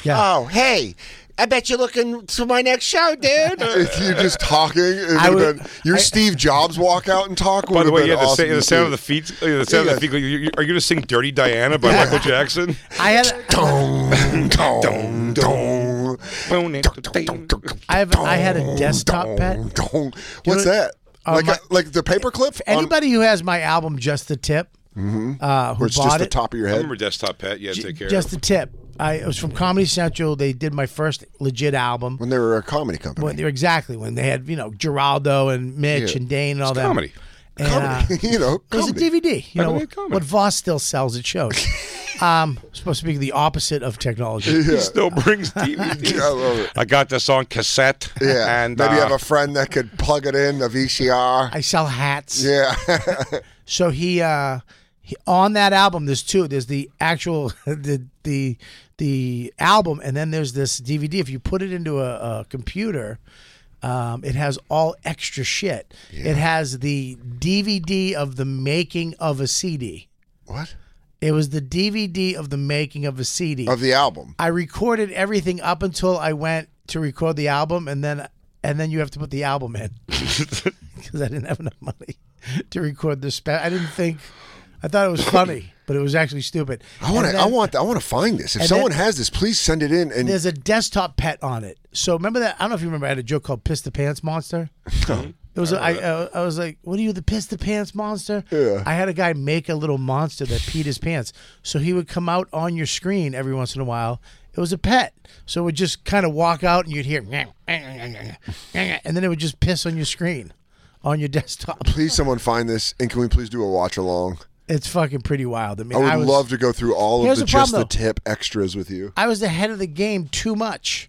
S6: Yeah.
S3: Uh,
S10: Oh, hey. I bet you're looking to my next show, dude.
S3: If you're just talking, it
S6: I
S3: would've
S6: would-
S3: been, your Steve Jobs walk out and talk.
S4: By the
S3: would've
S4: way,
S3: been
S4: yeah, the, sa-
S3: awesome
S4: the
S3: to
S4: sound of
S3: see.
S4: the feet, uh, the sound
S3: Yeah.
S4: of the feet. like, you- you- Are you going to sing "Dirty Diana" by Michael Jackson?
S6: I had,
S3: Dong, dong, dong.
S6: I have, I had a desktop pet.
S3: Dong, dong. What's that?
S6: uh,
S3: like,
S6: my-
S3: a, like the paperclip? on-
S6: Anybody who has my album, Just the Tip, uh, who
S3: Or Mm-hmm. it's
S6: bought
S3: just the
S6: it,
S3: top of your
S4: I
S3: head.
S4: remember Desktop Pet. Yeah, take care.
S6: Just the Tip. I it was from Comedy Central. They did my first legit album.
S3: When they were a comedy company.
S6: When they were exactly when they had you know Geraldo and Mitch
S3: Yeah.
S6: and Dane and all that
S4: comedy.
S6: And, uh,
S3: you know,
S6: it was a
S3: comedy.
S6: DVD. You
S4: I
S6: know
S4: believe comedy.
S6: what Voss still sells at shows. um, supposed to be the opposite of technology.
S4: He still brings DVDs.
S3: I love it.
S4: I got this on cassette.
S3: Yeah,
S4: and
S3: maybe
S4: uh,
S3: you have a friend that could plug it in a VCR.
S6: I sell hats.
S3: yeah,
S6: So he, uh, he on that album. There's two. There's the actual the the the album, and then there's this DVD. If you put it into a, a computer, um, it has all extra shit. It has the DVD of the making of a CD.
S3: what
S6: It was the DVD of the making of a CD.
S3: of the album?
S6: I recorded everything up until I went to record the album, and then and then you have to put the album in because I didn't have enough money to record this. Spe- I didn't think. I thought it was funny, but it was actually stupid.
S3: I want
S6: And
S3: to. I
S6: then
S3: want. I want to find this. If
S6: and
S3: someone
S6: then-
S3: has this, please send it in. And
S6: There's a desktop pet on it. So remember that. I don't know if you remember. I had a joke called "Piss the Pants Monster." It was I, I, I was like, "What are you, the piss the pants monster?"
S3: Yeah.
S6: I had a guy make a little monster that peed his pants, so he would come out on your screen every once in a while. It was a pet, so it would just kind of walk out, and you'd hear, and then it would just piss on your screen, on your desktop.
S3: please, someone find this. And can we please do a watch along?
S6: It's fucking pretty wild. I mean,
S3: I would
S6: was,
S3: love to go through all of
S6: Here's
S3: the
S6: the problem,
S3: just the
S6: though.
S3: tip extras with you.
S6: I was ahead of the game too much.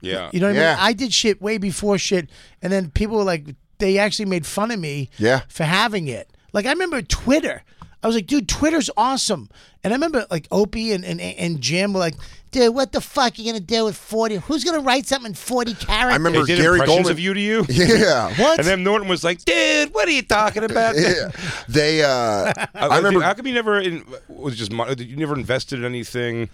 S4: yeah.
S6: You know what
S3: Yeah.
S6: I mean? I did shit way before shit, and then people were like, they actually made fun of me
S3: Yeah.
S6: for having it. Like I remember Twitter. I was like, dude, Twitter's awesome. And I remember like Opie and, and, and Jim were like, dude, what the fuck you gonna do with forty? Who's gonna write something in forty characters?
S3: I remember
S4: they did
S3: Gary
S4: impressions
S3: Goldman.
S4: of you to you.
S3: Yeah. What?
S4: And then Norton was like, "Dude, what are you talking about?"
S3: Yeah. They. Uh, I remember.
S4: How come you never in, was just mon- you never invested in anything?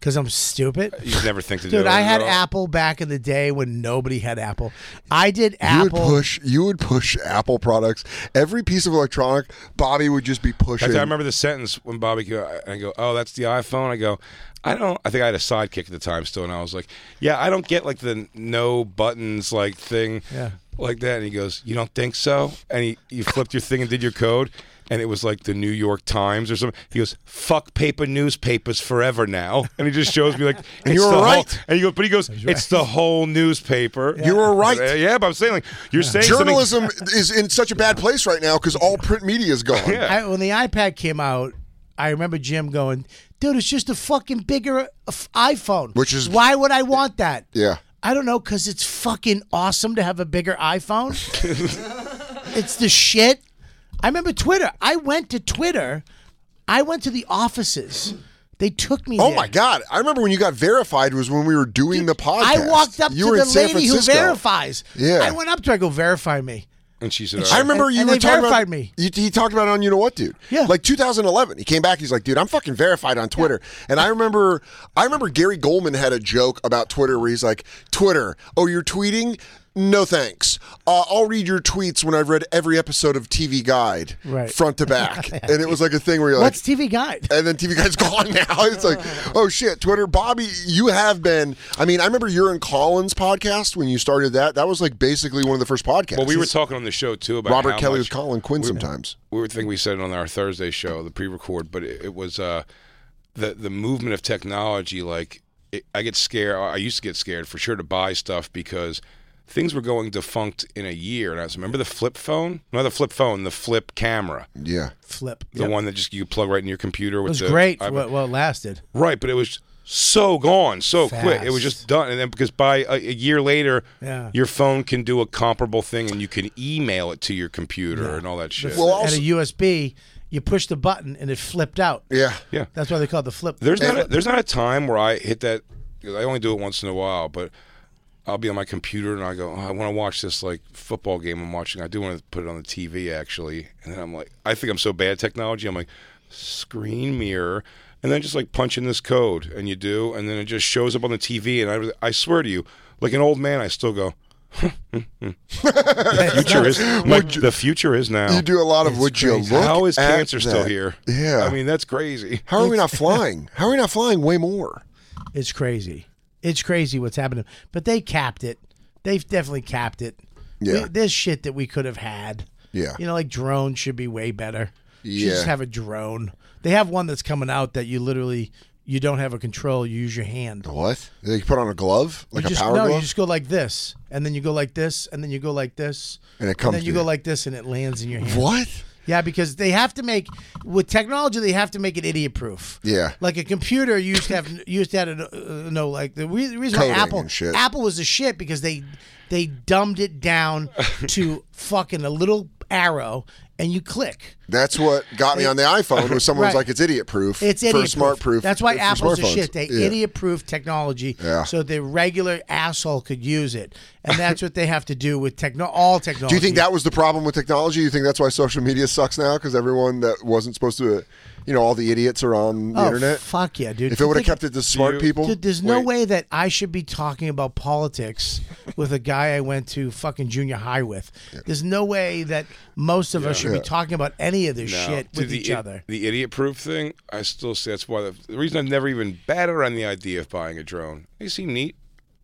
S6: Because I'm stupid.
S4: You just never think to do.
S6: Dude,
S4: it
S6: I had
S4: at all.
S6: Apple back in the day when nobody had Apple. I did
S3: You
S6: Apple.
S3: would push. You would push Apple products. Every piece of electronic, Bobby would just be pushing.
S4: That's- I remember the sentence when Bobby go, I go, "Oh, that's the iPhone." I go, "I don't." I think I had a sidekick at the time still, and I was like, "Yeah, I don't get like the no buttons like thing,
S6: Yeah.
S4: like that." And he goes, "You don't think so?" And he you flipped your thing and did your code, and it was like the New York Times or something. He goes, "Fuck paper newspapers forever now,w," and he just shows me like, "And
S3: you were right.
S4: Whole, and he goes, "But he goes, it's the whole newspaper."
S3: You were right.
S4: Uh, yeah, but I'm saying like you're saying something-
S3: Journalism is in such a bad place right now because all print media is gone.
S4: Yeah.
S6: I, when the iPad came out, I remember Jim going, "Dude, it's just a fucking bigger uh, f- iPhone."
S3: Which is-
S6: why would I want that?
S3: Yeah.
S6: I don't know, cause it's fucking awesome to have a bigger iPhone. it's the shit. I remember Twitter. I went to Twitter. I went to the offices. They took me.
S3: Oh
S6: there.
S3: my God! I remember when you got verified was when we were doing the podcast.
S6: I walked up
S3: you
S6: to
S3: were
S6: the
S3: in San
S6: lady who
S3: Francisco.
S6: verifies.
S3: Yeah.
S6: I went up to her. I go, verify me.
S4: and she said, "All
S3: I
S4: right."
S3: remember
S6: And-
S3: you
S6: and
S3: were
S6: they
S3: talking about
S6: verified me.
S3: You, he talked about it on you know what, dude.
S6: Yeah.
S3: Like 2011, he came back. He's like, dude, I'm fucking verified on Twitter. And I remember, I remember Gary Goldman had a joke about Twitter where he's like, Twitter, oh, you're tweeting. No thanks. Uh, I'll read your tweets when I've read every episode of TV Guide,
S6: Right.
S3: front to back. and it was like a thing where you're like,
S6: What's TV Guide?
S3: and then TV Guide's gone now. It's like, oh shit, Twitter, Bobby, you have been. I mean, I remember your and Collins podcast when you started that. That was like basically one of the first podcasts.
S4: Well, we were talking on the show too about
S3: Robert
S4: how
S3: Kelly was
S4: much-
S3: calling Quinn sometimes.
S4: we were thinking we said it on our Thursday show, the pre-record, but it, it was uh, the the movement of technology. Like it, I get scared. I used to get scared for sure to buy stuff because things were going defunct in a year. And I was remember the flip phone, not the flip phone, the flip camera,
S3: Yeah.
S6: Flip.
S4: the one that just you plug right in your computer.
S6: It
S4: With
S6: was
S4: the,
S6: great.
S4: iPad.
S6: Well, well, it lasted.
S4: right? But it was so gone so quick. It was
S6: Fast.
S4: just done. And then because by a, a year later,
S6: Yeah.
S4: your phone can do a comparable thing and you can email it to your computer and all that shit.
S3: Well, also,
S6: At a USB, you push the button and it flipped out.
S3: yeah.
S4: yeah.
S6: That's why they call it the flip.
S4: There's not a, there's not a time where I hit that. 'cause I only do it once in a while, but I'll be on my computer and I go, oh, I want to watch this like football game I'm watching. I do want to put it on the TV actually, and then I'm like, I think I'm so bad at technology. I'm like, screen mirror, and then just like punch in this code, and you do, and then it just shows up on the TV, and I I swear to you, like an old man, I still go. the future is I'm like, the future is now.
S3: You do a lot of would you look?
S4: How is
S3: at
S4: cancer still
S3: that?"
S4: here?
S3: Yeah.
S4: I mean that's crazy.
S3: how are we not flying? How are we not flying way more?
S6: It's crazy. It's crazy what's happening. But they capped it. They've definitely capped it.
S3: Yeah.
S6: We- There's shit that we could have had.
S3: Yeah.
S6: You know, like drones should be way better. You should just
S3: Yeah.
S6: have a drone. They have one that's coming out that you literally you don't have a control. You use your hand.
S3: What? They put on a glove, like
S6: you
S3: a
S6: just,
S3: power
S6: no, you
S3: glove.
S6: just go like this, and then you go like this, and then you go like this,
S3: And it comes
S6: And then
S3: to
S6: you go
S3: you.
S6: like this, and it lands in your hand.
S3: What?
S6: Yeah, because they have to make with technology, they have to make it idiot proof.
S3: Yeah.
S6: like a computer you used to have you used to have to uh, know like the, re- the reason why
S3: Coding
S6: Apple
S3: and shit.
S6: Apple was the shit because they they dumbed it down to fucking a little arrow and you click.
S3: That's what got me on the iPhone. Was someone's
S6: Right.
S3: like, "It's idiot proof."
S6: It's idiot
S3: for smart proof. uh,
S6: That's why
S3: for
S6: Apple's the
S3: smartphones.
S6: shit. They
S3: Yeah.
S6: idiot proof technology
S3: Yeah.
S6: so the regular asshole could use it, and that's what they have to do with techno all technology.
S3: Do you think that was the problem with technology? You think that's why social media sucks now? Because everyone that wasn't supposed to, you know, all the idiots are on the
S6: oh,
S3: internet.
S6: Fuck yeah, dude!
S3: if it would have
S6: Think-
S3: kept it to smart
S4: you-
S3: people,
S6: Dude, there's no way that I should be talking about politics with a guy I went to fucking junior high with. There's no way that most of us should be talking about any of this
S4: No.
S6: shit
S4: Dude,
S6: with
S4: the e-
S6: each
S4: i-
S6: other.
S4: The idiot proof thing, I still say that's why the, the reason I've never even batted around the idea of buying a drone. They seem neat,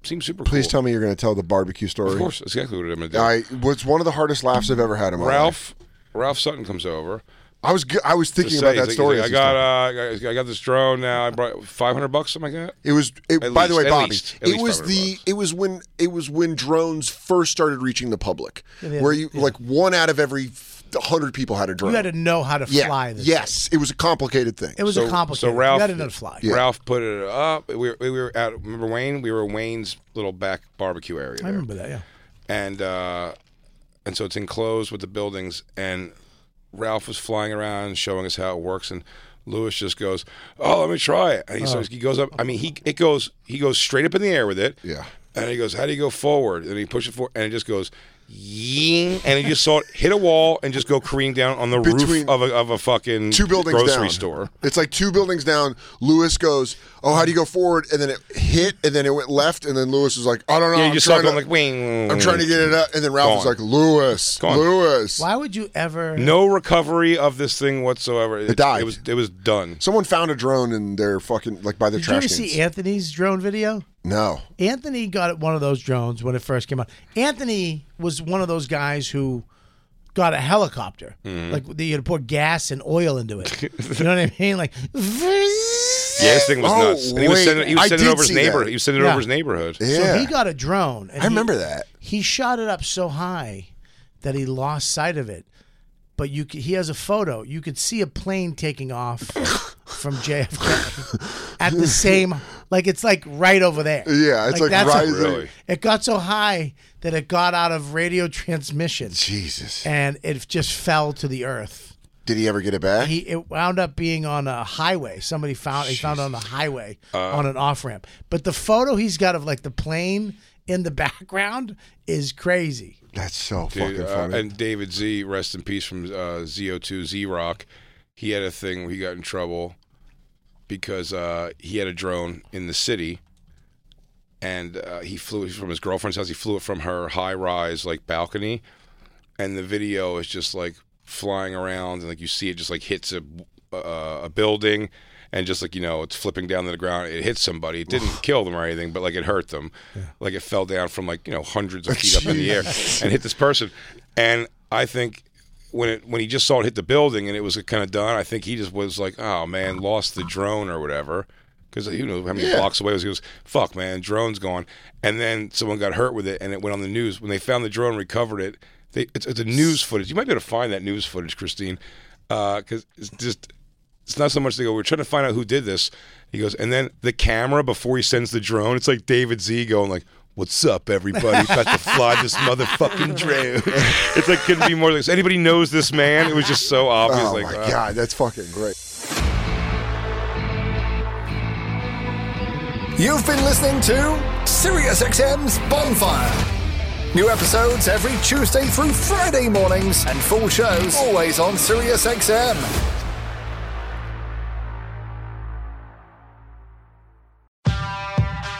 S4: seem super
S3: please
S4: cool.
S3: tell me you're going to tell the barbecue story.
S4: Of course, that's exactly what I'm gonna do.
S3: I was one of the hardest laughs I've ever had in my life.
S4: Ralph, Ralph Sutton comes over.
S3: I was g- I was
S4: to
S3: thinking
S4: say-
S3: about
S4: he's
S3: that
S4: like-
S3: story.
S4: he's
S3: as he's
S4: like, I
S3: talking.
S4: got, uh, I got- I got this drone now. I brought 500 bucks, something like that.
S3: It was. It,
S4: At
S3: by the way,
S4: least- at
S3: Bobby,
S4: least- at
S3: it
S4: least
S3: was
S4: 500
S3: the.
S4: bucks.
S3: It was when it was when drones first started reaching the public,
S6: they-
S3: where you like one out of every hundred people had a drone.
S6: You had to know how to
S3: yeah.
S6: fly this.
S3: Yes, it was a complicated thing.
S6: It was a complicated.
S4: So Ralph,
S6: you had to know how to fly.
S4: Ralph put it up. We were, we were at remember Wayne. We were at Wayne's little back barbecue area.
S6: I
S4: there.
S6: remember that. Yeah.
S4: and uh, and so it's enclosed with the buildings. And Ralph was flying around showing us how it works, and Lewis just goes, "Oh, let me try it." And he, so he goes up. I mean, he it goes he goes straight up in the air with it.
S3: Yeah.
S4: And he goes, "How do you go forward?" And he pushes it forward, and it just goes. Ying, and he just saw it hit a wall and just go careening down on the
S3: Between
S4: roof of a, of a fucking
S3: two buildings
S4: grocery
S3: down. Uh,
S4: store.
S3: It's like two buildings down. Lewis goes, "Oh, how do you go forward?" And then it hit, and then it went left, and then Lewis was like, "I don't know."
S4: Yeah,
S3: I'm
S4: you just saw
S3: trying
S4: it going
S3: to-
S4: like wing.
S3: I'm trying to get it up, and then Ralph was
S4: Gone.
S3: like, "Lewis,
S4: Gone.
S3: Lewis."
S6: Why would you ever?
S4: No recovery of this thing whatsoever. It,
S3: died.
S4: It was it was done.
S3: Someone found a drone in their fucking like by their
S6: Did you
S3: trash
S6: ever
S3: cans.
S6: see Anthony's drone video?
S3: no,
S6: Anthony got one of those drones when it first came out. Anthony was one of those guys who got a helicopter.
S3: Mm-hmm.
S6: Like you had to pour gas and oil into it. you know what I mean? Like
S4: Yeah, his thing was
S3: Oh,
S4: nuts. And he was
S3: wait.
S4: sending, he
S3: I
S4: was sending
S3: did
S4: it over his
S3: see
S4: neighborhood.
S3: that.
S4: He was sending it
S6: Yeah.
S4: over his neighborhood.
S3: yeah,
S6: So he got a drone. And
S3: I
S6: he-
S3: remember that.
S6: He shot it up so high that he lost sight of it. But you, c- he has a photo. You could see a plane taking off from JFK at the same, like it's like right over there.
S3: Yeah, it's like
S6: that's a-
S3: rising.
S4: Really?
S6: It got so high that it got out of radio transmission
S3: Jesus,
S6: and it just fell to the earth.
S3: did he ever get it back?
S6: He it wound up being on a highway. Somebody found he found it on the highway on an off ramp. But the photo he's got of like the plane in the background is crazy.
S3: That's so
S4: Dude,
S3: fucking
S4: uh,
S3: funny.
S4: and David Z, rest in peace from uh, ZO2 Z Rock. He had a thing where he got in trouble because uh, he had a drone in the city, and uh, he flew it from his girlfriend's house. He flew it from her high rise like balcony, and the video is just like flying around, and like you see it just like hits a uh, a building. And just like you know, it's flipping down to the ground. It hit somebody. It didn't kill them or anything, but like it hurt them. Like it fell down from like you know hundreds of feet up in the air and hit this person. And I think when it when he just saw it hit the building and it was kind of done, I think he just was like, "Oh man, lost the drone or whatever," because you know how many blocks away it was he was "Fuck man, drone's gone." And then someone got hurt with it, and it went on the news. When they found the drone, recovered it. They, uh, it's, it's a news footage. You might be able to find that news footage, Christine, because it's just It's not so much they go, we're trying to find out who did this. He goes, and then the camera before he sends the drone, it's like David Z going like, What's up, everybody? About to fly this motherfucking drone. it's like couldn't be more like anybody knows this man. It was just so obvious.
S3: Oh
S4: like,
S3: my
S4: uh,
S3: god, that's fucking great.
S11: You've been listening to SiriusXM's Bonfire. New episodes every Tuesday through Friday mornings, and full shows always on SiriusXM.